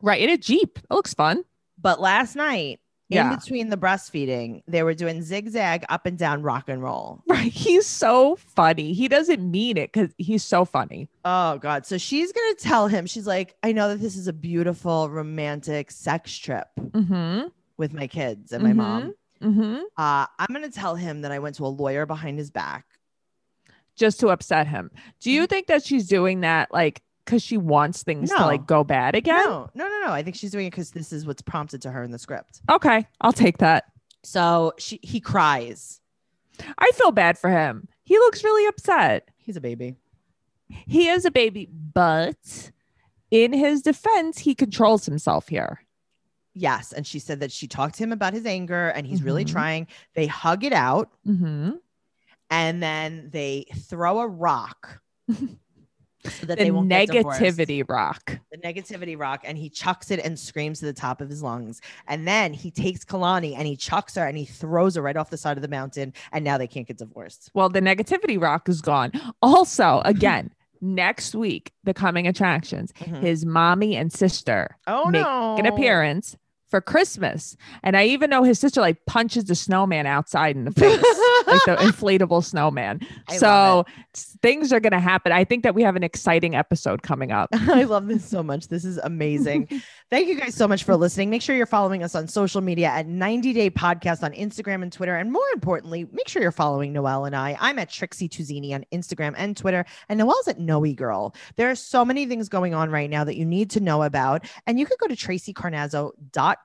Speaker 3: right. In a Jeep. That looks fun.
Speaker 2: But last night,
Speaker 3: Yeah.
Speaker 2: in between the breastfeeding, they were doing zigzag up and down rock and roll.
Speaker 3: Right. He's so funny. He doesn't mean it because he's so funny.
Speaker 2: Oh God. So she's gonna tell him, she's like, I know that this is a beautiful romantic sex trip
Speaker 3: Mm-hmm.
Speaker 2: with my kids and my mom.
Speaker 3: Mm-hmm.
Speaker 2: Uh, I'm gonna tell him that I went to a lawyer behind his back.
Speaker 3: Just to upset him. Do you think that she's doing that like because she wants things to
Speaker 2: Mm-hmm. No.
Speaker 3: like go bad again?
Speaker 2: No, no, no, no. I think she's doing it because this is what's prompted to her in the script.
Speaker 3: Okay. I'll take that.
Speaker 2: So she he cries.
Speaker 3: I feel bad for him. He looks really upset.
Speaker 2: He's a baby.
Speaker 3: He is a baby, but in his defense, he controls himself here.
Speaker 2: Yes. And she said that she talked to him about his anger and he's really
Speaker 3: Mhm.
Speaker 2: trying. They hug it out.
Speaker 3: Mm-hmm. (laughs)
Speaker 2: and then they throw a rock so that
Speaker 3: the
Speaker 2: they won't get divorced.
Speaker 3: negativity rock.
Speaker 2: the negativity rock and he chucks it and screams to the top of his lungs. And then he takes Kalani and he chucks her and he throws her right off the side of the mountain. And now they can't get divorced.
Speaker 3: Well, the negativity rock is gone. Also, again, (laughs) next week, the coming attractions,
Speaker 2: Mhm.
Speaker 3: his mommy and sister
Speaker 2: Oh
Speaker 3: Make
Speaker 2: no.
Speaker 3: an
Speaker 2: (laughs)
Speaker 3: appearance for Christmas. And I even know his sister like punches the snowman outside in
Speaker 2: (laughs)
Speaker 3: the face. Like the inflatable snowman.
Speaker 2: I
Speaker 3: so
Speaker 2: love
Speaker 3: s- things are going to happen. I think that we have an exciting episode
Speaker 2: (laughs)
Speaker 3: coming up.
Speaker 2: I love this so much. This is amazing. Thank you guys so much for listening. Make sure you're following us on social media at 90 Day Podcast on Instagram and Twitter. And more importantly, make sure you're following Noelle and I. I'm at Trixie Tuzini on Instagram and Twitter. And Noelle's at Noe Girl. There are so many things going on right now that you need to know about. And you can go to tracycarnazzo.com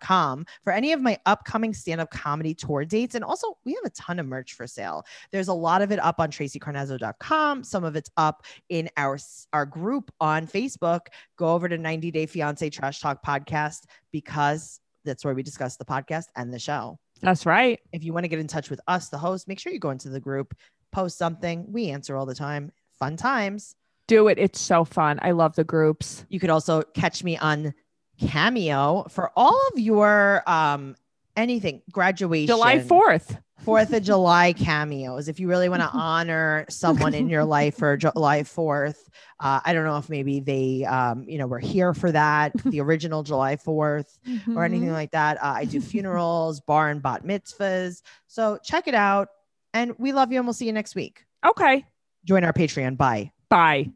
Speaker 2: for any of my upcoming stand up comedy tour dates. And also, we have a ton of merch for sale. There's a lot of it up on tracycarnazzo.com, some of it's up in our s- our group on Facebook. Go over to 90 Day Fiance Trash Talk Podcast because that's where we discuss the podcast and the show.
Speaker 3: That's right.
Speaker 2: If you want to get in touch with us, the host, make sure you go into the group, post something. We answer all the time. Fun times.
Speaker 3: Do it. It's so fun. I love the groups.
Speaker 2: You could also catch me on Cameo for all of your um anything graduation
Speaker 3: July 4th.
Speaker 2: Fourth of July cameos. If you really want to honor someone in your life for July Fourth, uh, I don't know if maybe they, um, you know, were here for that, the original July Fourth, or anything like that. Uh, I do funerals, bar and bat mitzvahs. So check it out, and we love you, and we'll see you next week.
Speaker 3: Mm-hmm. Okay.
Speaker 2: Join our Patreon. Bye.
Speaker 3: Bye.